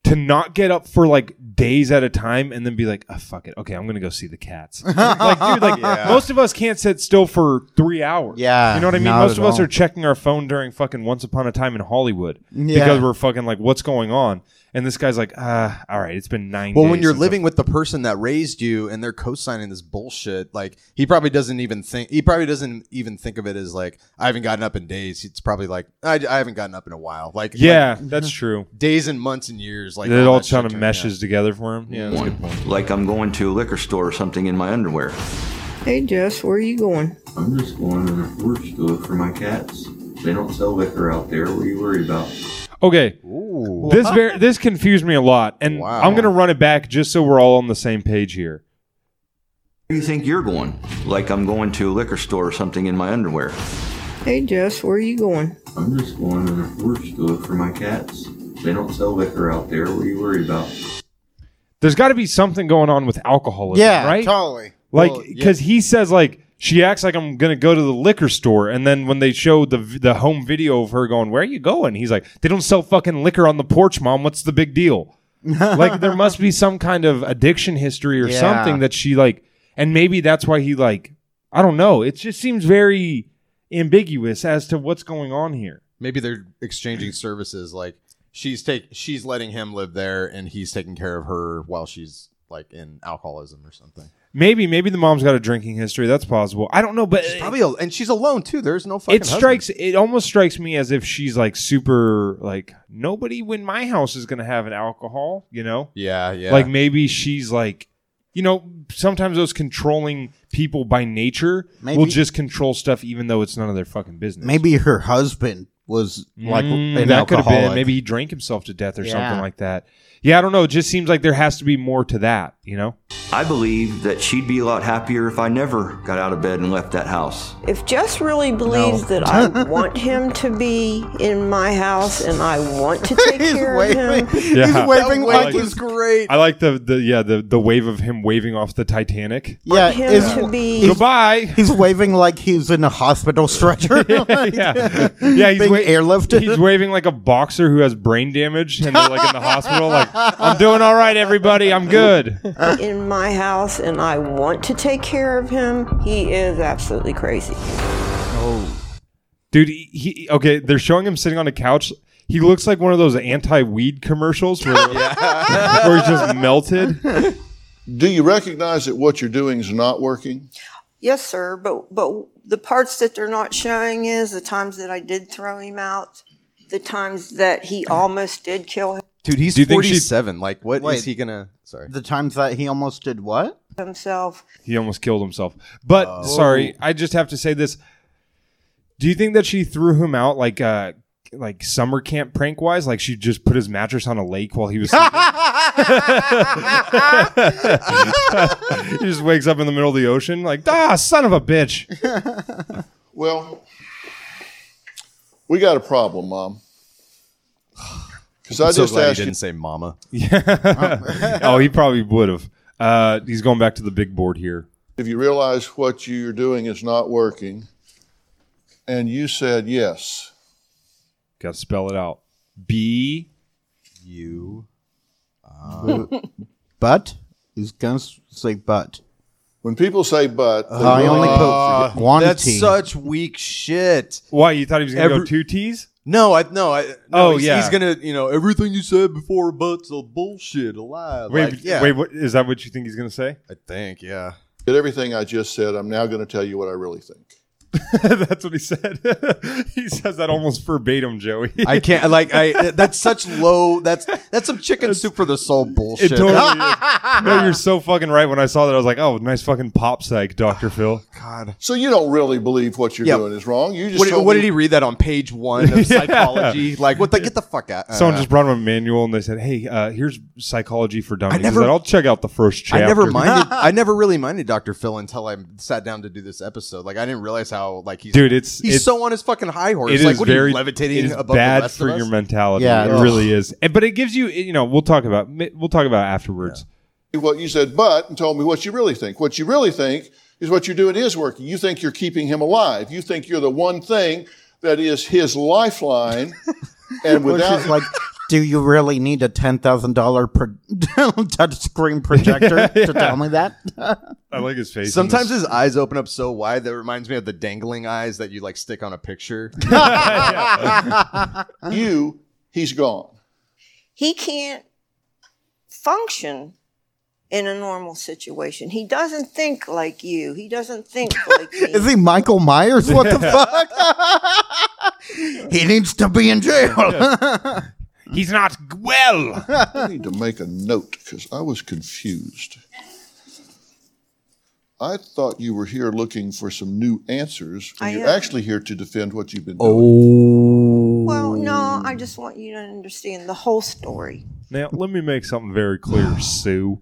to not get up for like days at a time and then be like, oh, fuck it. Okay, I'm going to go see the cats. like, dude, like most of us can't sit still for three hours.
Yeah,
You know what I mean?
not
Most
at
of us
all.
are checking our phone during fucking Once Upon a Time in Hollywood
Yeah.
because we're fucking like, what's going on? And this guy's like, ah, all right, it's been nine
Well,
days
when you're
since I-
living with the person that raised you and they're co-signing this bullshit, like he probably doesn't even think he probably doesn't even think of it as like I haven't gotten up in days. It's probably like I, I haven't gotten up in a while. Like
Yeah,
like,
that's true.
days and months and years. Like
it all
that shit
kind of
can-
meshes together for him.
Yeah, yeah that's a good point.
Like I'm going to a liquor store or something in my underwear.
Hey, Jess, where are you going?
I'm just going to the porch store for my cats. They don't sell liquor out there. What are you worried about?
Okay. This ver- this confused me a lot, and
Wow.
I'm gonna run it back just so we're all on the same page here.
Where you think you're going? Like I'm going to a liquor store or something in my underwear.
Hey, Jess, where are you going?
I'm just going to the porch store for my cats. They don't sell liquor out there. What are you worried about?
There's got to be something going on with alcoholism,
yeah,
right?
totally.
like,
Well, yeah.
because he says like she acts like I'm gonna go to the liquor store, and then when they show the v- the home video of her going, "Where are you going?" He's like, "They don't sell fucking liquor on the porch, mom. What's the big deal?" like there must be some kind of addiction history or
Yeah.
something that she like, and maybe that's why he like, I don't know. It just seems very ambiguous as to what's going on here.
Maybe they're exchanging services. Like she's take she's letting him live there and he's taking care of her while she's like in alcoholism or something.
Maybe, maybe the mom's got a drinking history. That's possible. I don't know, but
She's probably, al- and she's alone too. There's no fucking.
it strikes. It almost strikes me as if she's like super, like nobody in my house is going to have an alcohol. You know?
Yeah, yeah.
Like maybe she's like, you know, sometimes those controlling people by nature will
Maybe.
just control stuff, even though it's none of their fucking business.
Maybe her husband was like
Mm,
an
that could have been
alcoholic.
maybe he drank himself to death or something
Yeah.
like that. Yeah, I don't know. It just seems like there has to be more to that. You know?
I believe that she'd be a lot happier if I never got out of bed and left that house.
If Jess really believes that I want him to be in my house and I want to take care of him,
Yeah. He's
waving
like
Like was great.
I like the the yeah the the wave of him waving off the Titanic.
yeah,
him
is-
to be-
he's-
Goodbye.
He's waving like he's in a hospital stretcher.
yeah, yeah. He's
Being
wa-
airlifted.
He's waving like a boxer who has brain damage, and they're like in the hospital. Like, I'm doing all right, everybody. I'm good.
in my house and I want to take care of him, he is absolutely crazy.
Dude, he, he okay. They're showing him sitting on a couch. He looks like one of those anti-weed commercials where, where he's just melted.
Do you recognize that what you're doing is not working?
Yes, sir, but but the parts that they're not showing is the times that I did throw him out, the times that he almost did kill
Dude, he's
Do you think she-
47. like, what is
Wait.
he gonna? Sorry.
the times that he almost did what?
himself.
He almost killed himself. But
Uh,
Oh.
sorry, I just have to say this. Do you think that she threw him out like uh like summer camp prank wise? Like she just put his mattress on a lake while he was sleeping? he just wakes up in the middle of the ocean, like, ah, son of a bitch.
Well, we got a problem, Mom. Because I
I'm so
just
glad he
asked you.
didn't say mama.
oh, he probably would have. Uh he's going back to the big board here.
if you realize what you're doing is not working, and you said yes,
Gotta spell it out. B
You.
But he's gonna s- say but.
when people say but, they
I only
really-
put one
That's
T.
such weak shit.
Why you thought he was gonna go
Every-
two T's?
No, I no. I, no
Oh,
he's,
yeah.
He's gonna, you know, everything you said before abouts a bullshit, a lie.
Wait,
Like, yeah,
wait, what is that what you think he's gonna say?
I think, yeah.
did everything I just said. I'm now going to tell you what I really think.
That's what he said. he says that almost verbatim, Joey.
I can't like I. That's such low. That's that's some chicken soup for the soul bullshit.
it totally is. No, you're so fucking right. When I saw that, I was like, oh, nice fucking pop psych, Dr. Phil.
God.
So you don't really believe what you're
Yeah.
doing is wrong. You just
What,
told
what
me-
did he read that on page one of psychology? Like what? the Get the fuck out!
Someone
uh,
just brought him a manual and they said, hey, uh, here's psychology for dummies.
never-
he said, I'll check out the first chapter.
I never minded. I never really minded Dr. Phil until I sat down to do this episode. Like I didn't realize how like he's
Dude, it's
he's
it's,
so on his fucking high horse.
it is
like what
very
are you levitating
it is
above
bad
the rest
for
of us?
your mentality.
Yeah,
it
ugh.
really is. And- But it gives you, you know, we'll talk about we'll talk about it afterwards.
what you said but and told me what you really think. What you really think is what you're doing is working. You think you're keeping him alive. You think you're the one thing that is his lifeline. and
Which
without
is like, do you really need a ten thousand dollar pro- touchscreen projector to tell me that?
I like his face. in
Sometimes
this.
his eyes open up so wide that it reminds me of the dangling eyes that you like stick on a picture.
you, he's gone.
He can't function in a normal situation. He doesn't think like you. He doesn't think like me.
Is he Michael Myers? What the fuck? he needs to be in jail.
he's not well.
I need to make a note because I was confused. I thought you were here looking for some new answers,
I
and you're
am.
actually here to defend what you've been
Oh.
doing.
Well, no, I just want you to understand the whole story.
Now, let me make something very clear, Sue.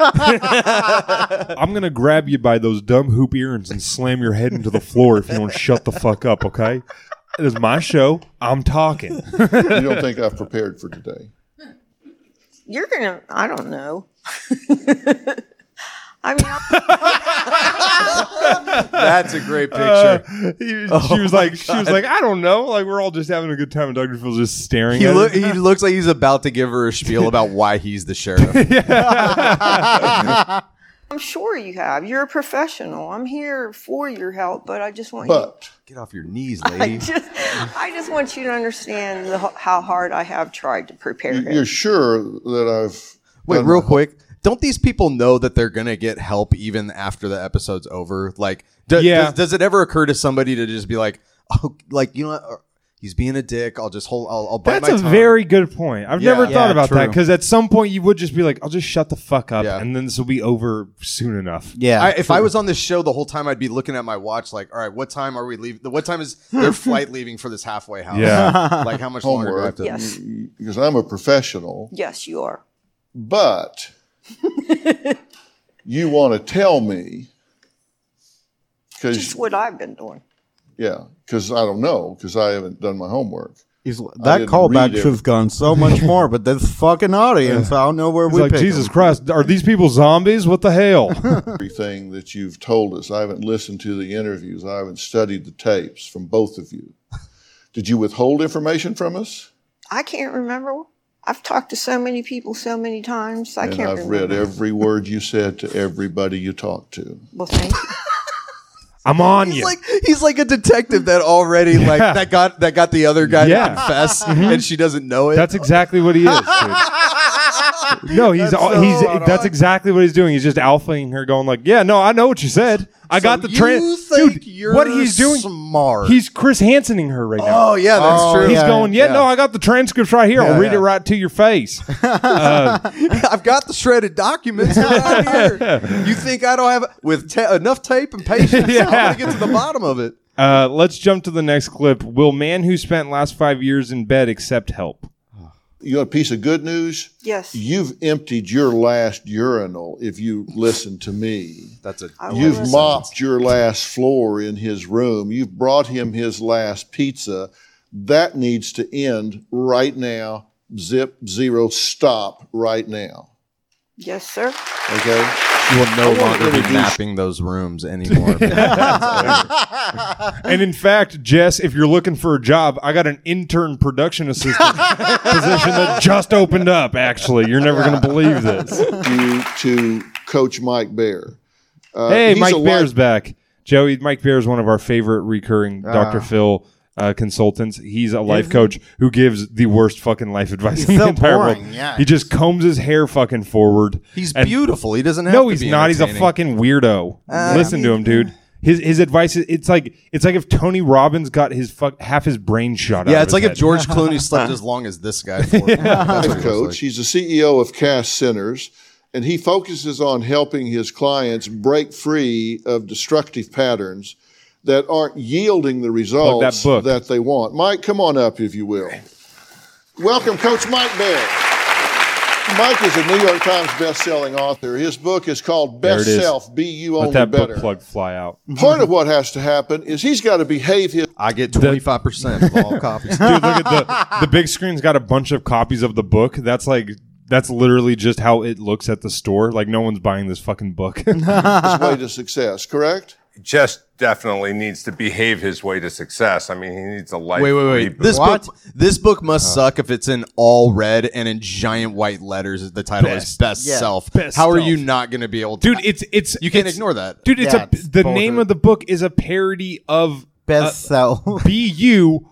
I'm going to grab you by those dumb hoop earrings and slam your head into the floor if you don't shut the fuck up, okay? It is my show. I'm talking.
you don't think I've prepared for today?
You're gonna, I don't know. I mean, I-
That's a great picture.
He-
oh
she was like, she was like, I don't know. Like we're all just having a good time, and Dr. Phil's just staring
he,
at
loo-
us.
he looks like he's about to give her a spiel about why he's the sheriff.
I'm sure you have. You're a professional. I'm here for your help, but I just want
But
Get off your knees,
you.
lady.
Just, I just want you to understand the, how hard I have tried to prepare him.
you're sure that I've
Wait,
done
real quick. don't these people know that they're gonna get help even after the episode's over? Like, do,
Yeah.
does, does it ever occur to somebody to just be like, oh, like you know, what? he's being a dick. I'll just hold. I'll, I'll bite
That's
my
a
tongue.
very good point. I've never
Yeah.
thought
Yeah,
about that
true.
because at some point you would just be like, "I'll just shut the fuck up," and then this will be over soon enough.
I, if I was on this show the whole time, I'd be looking at my watch, like, all right, what time are we leaving? What time is their flight leaving for this halfway house? like, how much longer do I have
homework?
to?
Yes.
Because I'm a professional,
Yes, you are.
but you want to tell me
Just
because
what I've been doing.
yeah, because I don't know because I haven't done my homework.
He's,
I
that
didn't
callback
read it.
should have gone so much more, but this fucking audience, I don't know where
It's
we
like
pick
Jesus
'em.
Christ, are these people zombies? What the hell?
everything that you've told us. I haven't listened to the interviews. I haven't studied the tapes from both of you. Did you withhold information from us?
I can't remember. I've talked to so many people so many times. I
and
can't
I've
remember.
read every word you said to everybody you talked to.
Well, thank you.
I'm on you.
Like he's like a detective that already like
Yeah.
that got that got the other guy
Yeah.
to confess,
Mhm.
and she doesn't know it.
That's exactly what he is. dude. No, he's
That's so
he's
spot
that's exactly what he's doing. He's just alphaing her, going like, "Yeah, no, I know what you said. I got the
you
trans."
think
Dude,
you're
what he's doing?
smart.
He's Chris Hansening her right now.
Oh, yeah, that's Oh, true.
He's
yeah,
going, "Yeah,
yeah.
no, I got the transcripts right here. I'll
Yeah,
read it
yeah.
right to your face." Uh,
I've got the shredded documents right here. You think I don't have with ta- enough tape and patience? I'm gonna get to the bottom of it.
uh, let's jump to the next clip. Will man who spent last five years in bed accept help?
You got a piece of good news?
Yes.
You've emptied your last urinal if you listen to me.
That's a
I will
You've
listen.
mopped your last floor in his room. You've brought him his last pizza. That needs to end right now. Zip, zero, stop right now.
Yes, sir.
Okay?
You will
I
no
wanna
longer be
introduce-
mapping those rooms anymore.
And in fact, Jess, if you're looking for a job, I got an intern production assistant position that just opened up. Actually, you're never going to believe this.
due to Coach Mike Bear. Uh,
hey,
he's
Mike
a li-
Bear's back. Joey, Mike Bear is one of our favorite recurring Dr.
Ah.
Phil uh, consultants. He's a life
Is he?
coach who gives the worst fucking life advice
He's
in the
so
entire
boring,
world.
yeah.
He just combs his hair fucking forward.
He's
and-
beautiful. He doesn't have
No,
to
he's
be
not. He's a
entertaining.
fucking weirdo.
Uh,
Listen to him, dude. His, his advice is it's like it's like if Tony Robbins got his fuck half his brain shot out.
yeah,
of
it's
his
like if
head.
George Clooney slept as long as this guy. For. That's what
Life
it looks
coach.
like.
He's the CEO of Cash Centers, and he focuses on helping his clients break free of destructive patterns that aren't yielding the results
book.
that they want. Mike, come on up if you will. Welcome, Coach Mike Bear. Mike is a New York Times best-selling author. His book is called
There it
Best
is.
Self, Be You
Let
Only
that
Better.
book plug fly out.
Part of what has to happen is he's got to behave his
I get twenty five percent of all copies.
Dude, look at the the big screen's got a bunch of copies of the book. That's like that's literally just how it looks at the store. Like no one's buying this fucking book.
his way to success, correct?
Just definitely needs to behave his way to success. I mean, he needs a life.
Wait, wait, wait!
reboot.
This book, this book must suck if it's in all red and in giant white letters. The title is
Best.
"Best
Yeah.
Self."
Best
How are
Self.
you not going to be able to?
dude, it's it's
you can't
it's-
ignore that,
Dude, it's a the name of the book is a parody of
Best Self.
Be you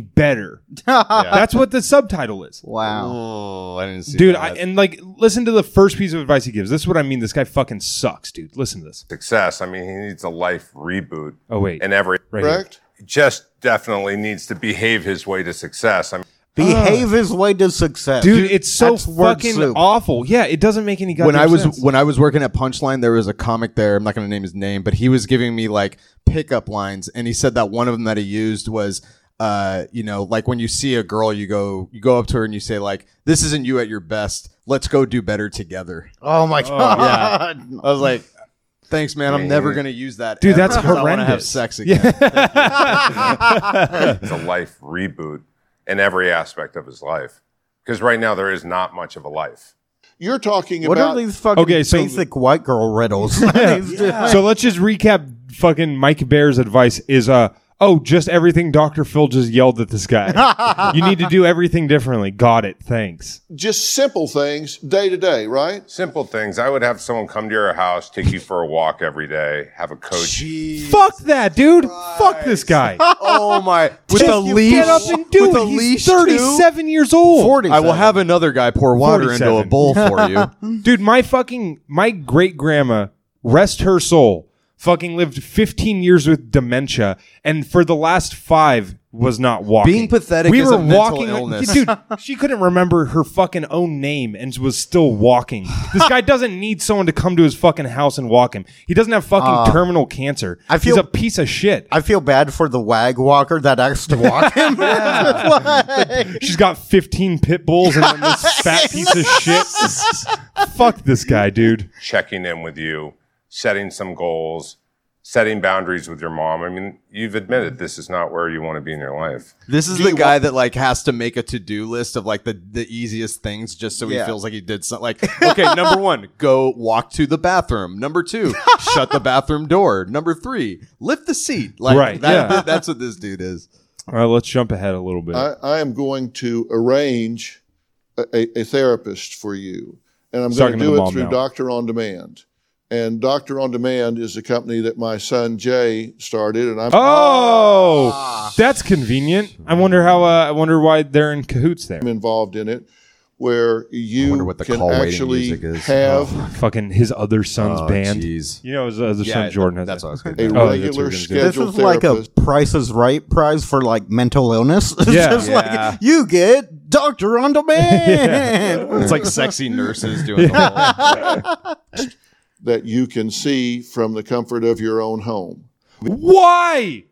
better. That's what the subtitle is.
Wow.
Uh,
Oh, I didn't see
Dude,
that.
I, and like listen to the first piece of advice he gives. This is what I mean. This guy fucking sucks, dude. Listen to this.
success. I mean, he needs a life reboot.
Oh wait.
and every
Right here. Correct?
Just definitely needs to behave his way to success. I mean,
Behave his way to success.
uh. Dude, it's so
that's word
fucking
soup.
awful. Yeah, it doesn't make any goddamn
when I was
sense.
when I was working at Punchline, there was a comic there. I'm not going to name his name, but he was giving me like pickup lines, and he said that one of them that he used was, uh, you know, like when you see a girl, you go you go up to her and you say like, "This isn't you at your best. Let's go do better together."
Oh my
yeah.
god.
I was like, "Thanks, man. I'm never going to use that."
Dude,
ever
that's
'cause I wanna have
horrendous.
sex
Yeah.
again. Thank
it's a life reboot in every aspect of his life. Because right now there is not much of a life.
You're talking
What
about
are these fucking
Okay, so-
basic white girl riddles?
Yeah. So let's just recap fucking Mike Bear's advice is uh oh, just everything Dr. Phil just yelled at this guy. you need to do everything differently. Got it. Thanks.
Just simple things day to day, right?
Simple things. I would have someone come to your house, take you for a walk every day, have a coach.
Fuck that, dude. Fuck this guy.
oh my!
With a leash. Get up and do
With
it.
a
He's
leash,
37 years old.
I will have another guy pour water into a
47.
bowl for you.
Dude, my fucking my great grandma, rest her soul, fucking lived 15 years with dementia and for the last 5 was not walking.
Being pathetic
we
is
were
a mental
walking
illness.
dude, she couldn't remember her fucking own name and was still walking. This guy doesn't need someone to come to his fucking house and walk him. He doesn't have fucking
Ah.
Uh,
terminal cancer.
I feel-
He's a piece of shit.
I feel bad for the wag walker that has to walk him.
She's got 15 pit bulls and then this fat piece of shit. Fuck this guy, dude.
checking in with you, setting some goals, setting boundaries with your mom. I mean, you've admitted this is not where you want to be in your life.
This is the guy that like has to make a to do list of like the, the easiest things just so
Yeah.
he feels like he did something. Like, okay, number one, go walk to the bathroom. Number two, shut the bathroom door. Number three, lift the seat. Like,
Right,
that-
yeah.
that's what this dude is.
All right, let's jump ahead a little bit.
I, I am going to arrange a, a, a therapist for you, and I'm
He's
going
talking
to
to
do
the
it
mom
through
now.
Doctor on Demand. And Doctor on Demand is a company that my son Jay started, and I'm
Oh,
Ah.
that's convenient. I wonder how. Uh, I wonder why they're in cahoots there.
I'm involved in it, where you can actually have
fucking his other son's
Oh,
band.
jeez.
You know his other
Yeah,
son Jordan has
that's what I was gonna
Oh,
do.
that's what you're
regular
gonna do.
this is like a Price is Right prize for like mental illness. It's
Yeah.
just
Yeah.
like you get Doctor on Demand.
It's like sexy nurses doing the whole.
that you can see from the comfort of your own home.
Why?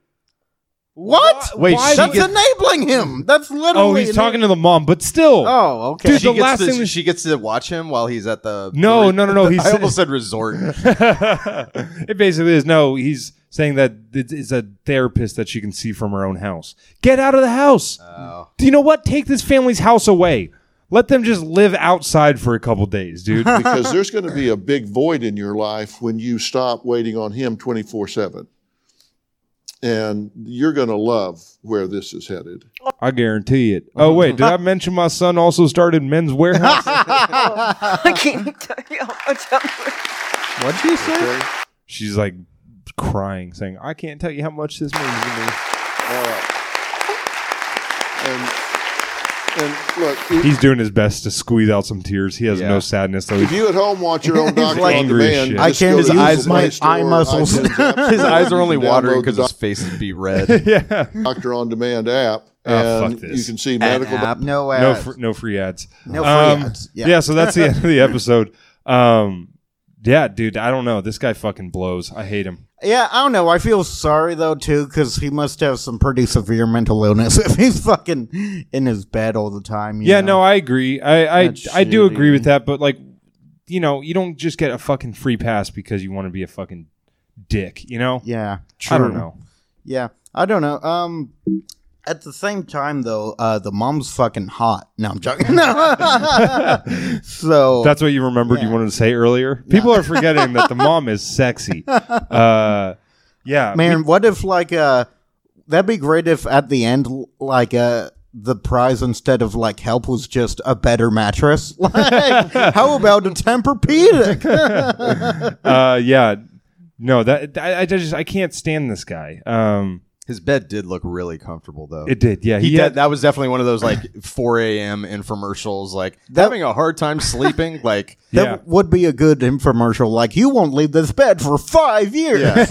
What?
Wait, she
that's
gets-
enabling him. That's literally.
Oh, he's talking to the mom, but still.
Oh, okay.
Dude,
She
the
gets
last
to-
thing that
she gets to watch him while he's at the
No, no, no, no, he's-
I almost said resort.
it basically is no. He's saying that it- it's a therapist that she can see from her own house. Get out of the house.
Oh.
Do you know what? Take this family's house away. Let them just live outside for a couple days, dude.
because there's going to be a big void in your life when you stop waiting on him 24 7. And you're going to love where this is headed.
I guarantee it. Oh wait, did I mention my son also started Men's Warehouse?
I can't tell you how much I'm.
What'd you say? She's like crying, saying, "I can't tell you how much this means to
All right. And, and look,
me."
if,
He's doing his best to squeeze out some tears. He has no sadness though.
if you at home watch your own
He's
doctor
like
on
angry as
demand,
shit.
just
I can't
go to
his
Google
eyes-
Play
my
Store,
eye muscles.
iTunes app store,
His eyes
you
are only
can
watering
download
because
the
his face would be red.
yeah.
Doctor on Demand app,
Ah, fuck
and you
this.
can see medical.
app, no
no,
ads.
fr- no free ads. Um,
No free ads,
Yeah.
yeah.
So that's the end of the episode. Um, yeah, dude. I don't know. This guy fucking blows. I hate him.
yeah, I don't know. I feel sorry though too because he must have some pretty severe mental illness if he's fucking in his bed all the time. you
Yeah,
know?
no, I agree. I I,
That's
I do agree
shitty.
with that, but like, you know, you don't just get a fucking free pass because you want to be a fucking dick. You know?
Yeah.
I don't
true.
know.
Yeah, I don't know. Um, at the same time though, uh, the mom's fucking hot. No, I'm joking. No. so
That's what you remembered you wanted to say earlier. People are forgetting that the mom is sexy. Uh, yeah,
man, what if like uh, that'd be great if at the end l- like uh. The prize instead of like help was just a better mattress. Like, how about a Tempur-Pedic?
uh, yeah. No, that I, I just I can't stand this guy. Um,
His bed did look really comfortable though.
It did, yeah.
He,
He
de-
had-
that was definitely one of those like 4 a.m. infomercials, like having a hard time sleeping. like
That would be a good infomercial. Like, you won't leave this bed for five years.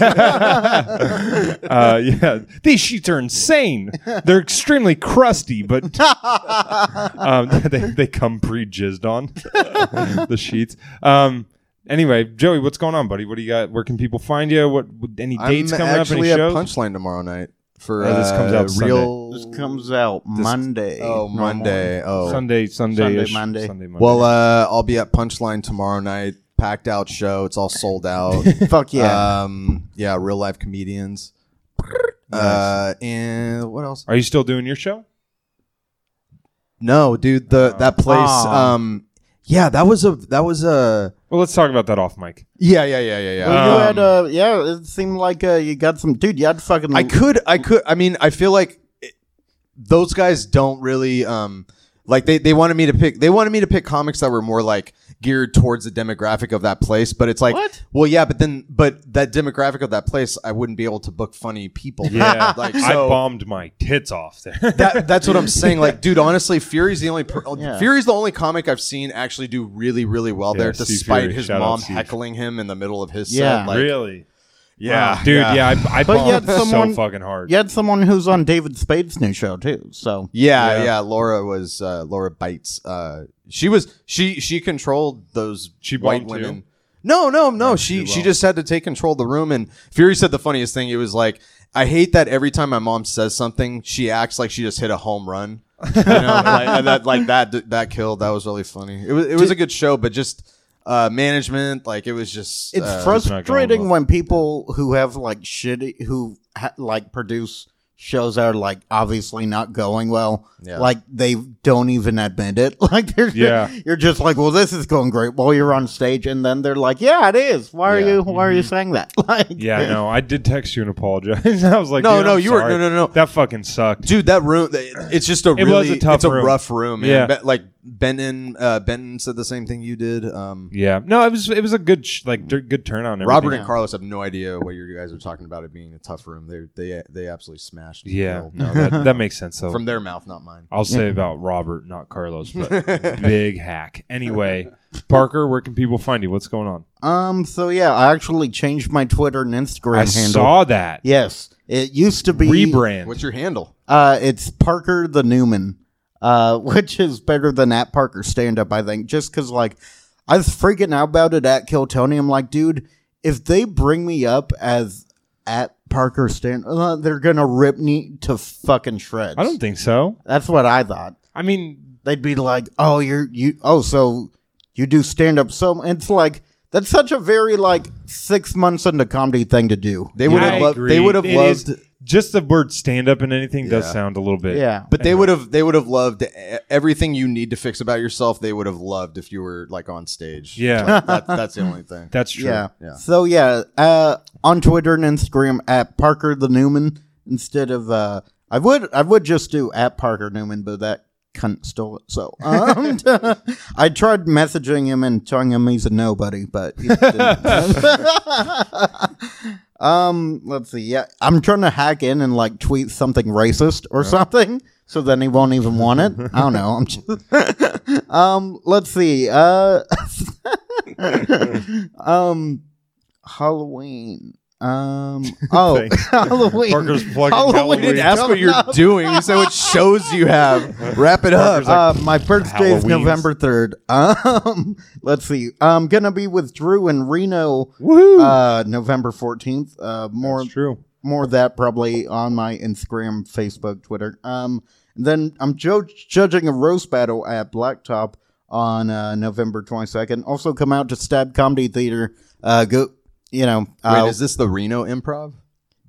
uh, yeah, these sheets are insane. They're extremely crusty, but um, they they come pre jizzed on the sheets. Um, anyway, Joey, what's going on, buddy? What do you got? Where can people find you? What any dates
I'm
coming up? Any
actually
shows?
at Punchline tomorrow night for
Uh, this comes
uh,
out Sunday.
real.
This comes out Monday.
Oh, Monday. Oh,
Sunday, Sunday,
Monday.
Sunday, Monday.
Well, uh, I'll be at Punchline tomorrow night. Packed out show. It's all sold out.
Fuck yeah.
Um, yeah, real life comedians. Uh, and what else?
are you still doing your show?
No, dude, the that place.
Uh, Aw.
Um, Yeah, that was a that was a.
Well, let's talk about that off mic.
Yeah, yeah, yeah, yeah, yeah.
Well, you had, uh, yeah, it seemed like uh, you got some, dude. You had fucking.
Mm.
I could, I could. I mean, I feel like it, those guys don't really um like they they wanted me to pick. They wanted me to pick comics that were more like geared towards the demographic of that place. But it's like,
What?
well, yeah, but then, but that demographic of that place, I wouldn't be able to book funny people.
Yeah,
like
I
so.
bombed my tits off there.
that, that's what I'm saying. Like, dude, honestly, Fury's the only per-
Yeah.
Fury's the only comic I've seen actually do really, really well
Yeah,
there,
Steve
despite
Fury.
his
Shout out
mom
Steve.
heckling him in the middle of his
Yeah.
set. Like,
really?
Yeah,
Wow. Dude, yeah, I- I
But you
bombed
had
so
someone
fucking hard.
You had someone who's on David Spade's new show too. So
Yeah, yeah, Laura was uh, Laura Bites. Uh, she was she she controlled those she white
bombed too?
women. No, no, no. she she just had to take control of the room. And Fury said the funniest thing. It was like, I hate that every time my mom says something, she acts like she just hit a home run. You know, like that, like that, that killed. That was really funny. It was it was a good show, but just uh, management, like it was just
it's
uh,
frustrating when people who have like shitty who ha- like produce shows that are like obviously not going well
Yeah.
like they don't even admit it like they're
Yeah.
you're just like well this is going great while you're on stage and then they're like yeah it is why are you why are you saying that like
Mm-hmm. Yeah, no, I did text you and apologize. I was like,
No,
dude,
no,
I'm
you were-
sorry.
no, no, no.
That fucking sucked.
dude that room it's just a
It was
really
a tough
it's a
room.
rough room man.
Yeah.
Be- like benton uh benton said the same thing you did um
Yeah, no, it was it was a good sh- like d- good turnout. And
robert
everything.
and carlos have no idea what you guys are talking about it being a tough room they they they absolutely smashed it.
Yeah,
Killed.
no, that, that makes sense. though.
from their mouth not mine
I'll say about Robert, not Carlos, but big hack. Anyway, Parker, where can people find you? What's going on?
Um. So yeah, I actually changed my Twitter and Instagram.
I
handle.
saw that.
Yes, it used to be
Rebrand.
what's your handle
Uh, it's Parker the Newman, uh, which is better than at Parker stand up. I think just because like I was freaking out about it at Kill Tony. I'm like, dude, if they bring me up as at Parker stand, uh, they're gonna rip me to fucking shreds.
I don't think so.
That's what I thought.
I mean,
they'd be like, "Oh, you're you. Oh, so you do stand up." So it's like that's such a very like six months into comedy thing to do.
They would have
I
loved.
agree.
They would have
It
loved.
is- just the word stand up and anything does
Yeah.
sound a little bit.
but they would have. They would have loved e- everything you need to fix about yourself. They would have loved if you were like on stage.
Yeah.
Like, that, that's the only thing.
That's true.
Yeah.
Yeah.
So yeah, uh, on Twitter and Instagram at Parker the Newman instead of uh, I would I would just do at Parker Newman, but that cunt stole it. So um, I tried messaging him and telling him he's a nobody, but he didn't. um, let's see. Yeah, I'm trying to hack in and like tweet something racist or something, so then he won't even want it. I don't know. I'm just. um, let's see. Uh. um Halloween. Um oh
Thanks.
Halloween.
Parker's plugging Halloween.
Halloween.
You didn't ask what you're doing. You said what shows you have. Wrap it up.
uh, my birthday is November third. Um, let's see. I'm gonna be with Drew and Reno. Uh, November fourteenth. Uh, more
true.
More of that probably on my Instagram, Facebook, Twitter. Um, then I'm jo- judging a roast battle at Blacktop on uh, November twenty second. Also come out to Stab Comedy Theater. Uh, go. You know. Uh,
Wait, is this the Reno Improv?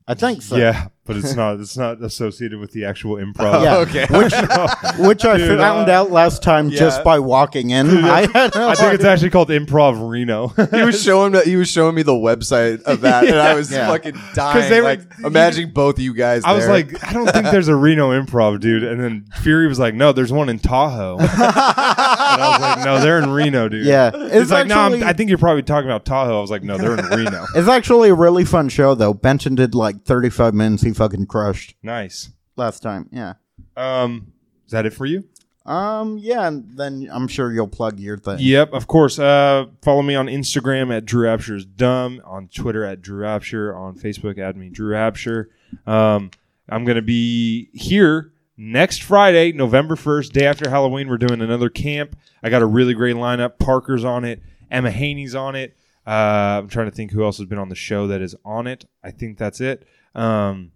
I think so.
Yeah, but it's not. It's not associated with the actual improv.
Yeah.
Oh, okay.
Which, which I
Dude,
found
uh,
out last time
yeah.
just by walking in. I, had no
I think it's
idea.
actually called Improv Reno.
He was showing me. He was showing me the website of that, and I was
Yeah.
fucking
'Cause
dying.
they were-
like imagining both you guys.
I was
there.
like, I don't think there's a Reno improv, dude. And then Fury was like, No, there's one in Tahoe. and I was like, No, they're in Reno, dude.
Yeah.
It's,
It's
like, No, I'm,
actually-
I think you're probably talking about Tahoe. I was like, No, they're in Reno.
It's actually a really fun show, though. Benton did like 35 minutes. He fucking crushed
nice.
last time. Yeah.
Um, is that it for you?
Um. Yeah. And then I'm sure you'll plug your thing.
Yep, of course. Uh, follow me on Instagram at Drew Apsher's Dumb, on Twitter at Drew Apsher, on Facebook at me Drew Apsher. Um, I'm gonna be here next Friday, November first, day after Halloween. We're doing another camp. I got a really great lineup. Parker's on it. Emma Haney's on it. Uh, I'm trying to think who else has been on the show that is on it. I think that's it. Um,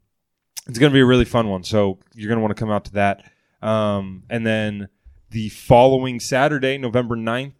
it's going to be a really fun one. So you're going to want to come out to that. Um, and then the following Saturday, November 9th,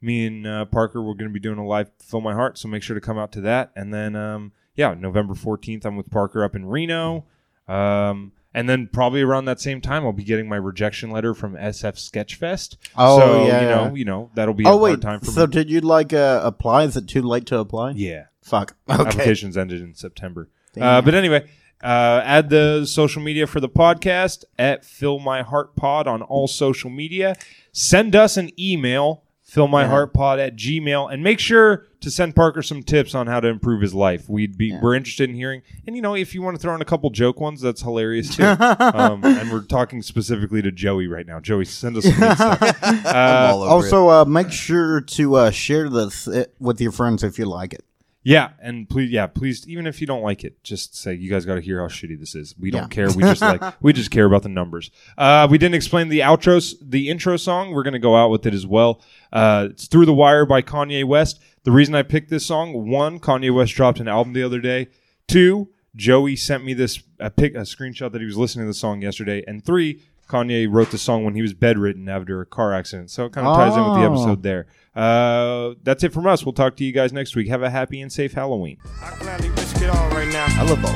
me and uh, Parker, we're going to be doing a live Fill My Heart. So make sure to come out to that. And then, um, yeah, November 14th, I'm with Parker up in Reno. Um, And then probably around that same time, I'll be getting my rejection letter from SF Sketchfest.
Oh
so,
yeah,
you know,
yeah.
you know that'll be
oh
a
wait,
hard time for
so
me.
did you like uh, apply? Is it too late to apply?
Yeah.
Fuck. Okay.
Applications ended in September. Uh,
Damn.
but anyway, uh, add the social media for the podcast at Fill My Heart Pod on all social media. Send us an email, fillmyheartpod at gmail, and make sure to send Parker some tips on how to improve his life. We'd be we're interested in hearing. And you know, if you want to throw in a couple joke ones, that's hilarious too. um, and we're talking specifically to Joey right now. Joey, send us some good stuff. Uh,
also, uh, make sure to uh, share this uh, with your friends if you like it.
Yeah, and please, yeah, please, even if you don't like it, just say you guys got to hear how shitty this is. We don't
Yeah.
care. We just like we just care about the numbers. Uh, we didn't explain the outro, the intro song. We're gonna go out with it as well. Uh, it's "Through the Wire" by Kanye West. The reason I picked this song: one, Kanye West dropped an album the other day. Two, Joey sent me this a pic, a screenshot that he was listening to the song yesterday. And three, Kanye wrote the song when he was bedridden after a car accident. So it kind of ties in with the
Oh.
episode there. Uh, that's it from us. We'll talk to you guys next week. Have a happy and safe Halloween.
risk it all right now.
I love the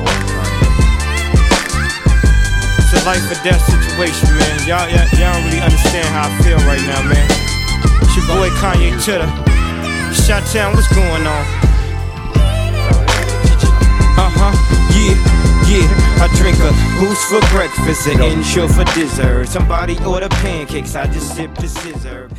It's a life or death situation, man. Y'all, y'all, y'all don't really understand how I feel right now, man. It's your boy Kanye Chitter. Shot Town, what's going on? Uh huh, yeah, yeah. I drink a boost for breakfast, an insure for dessert. Somebody order pancakes, I just sip the scissor.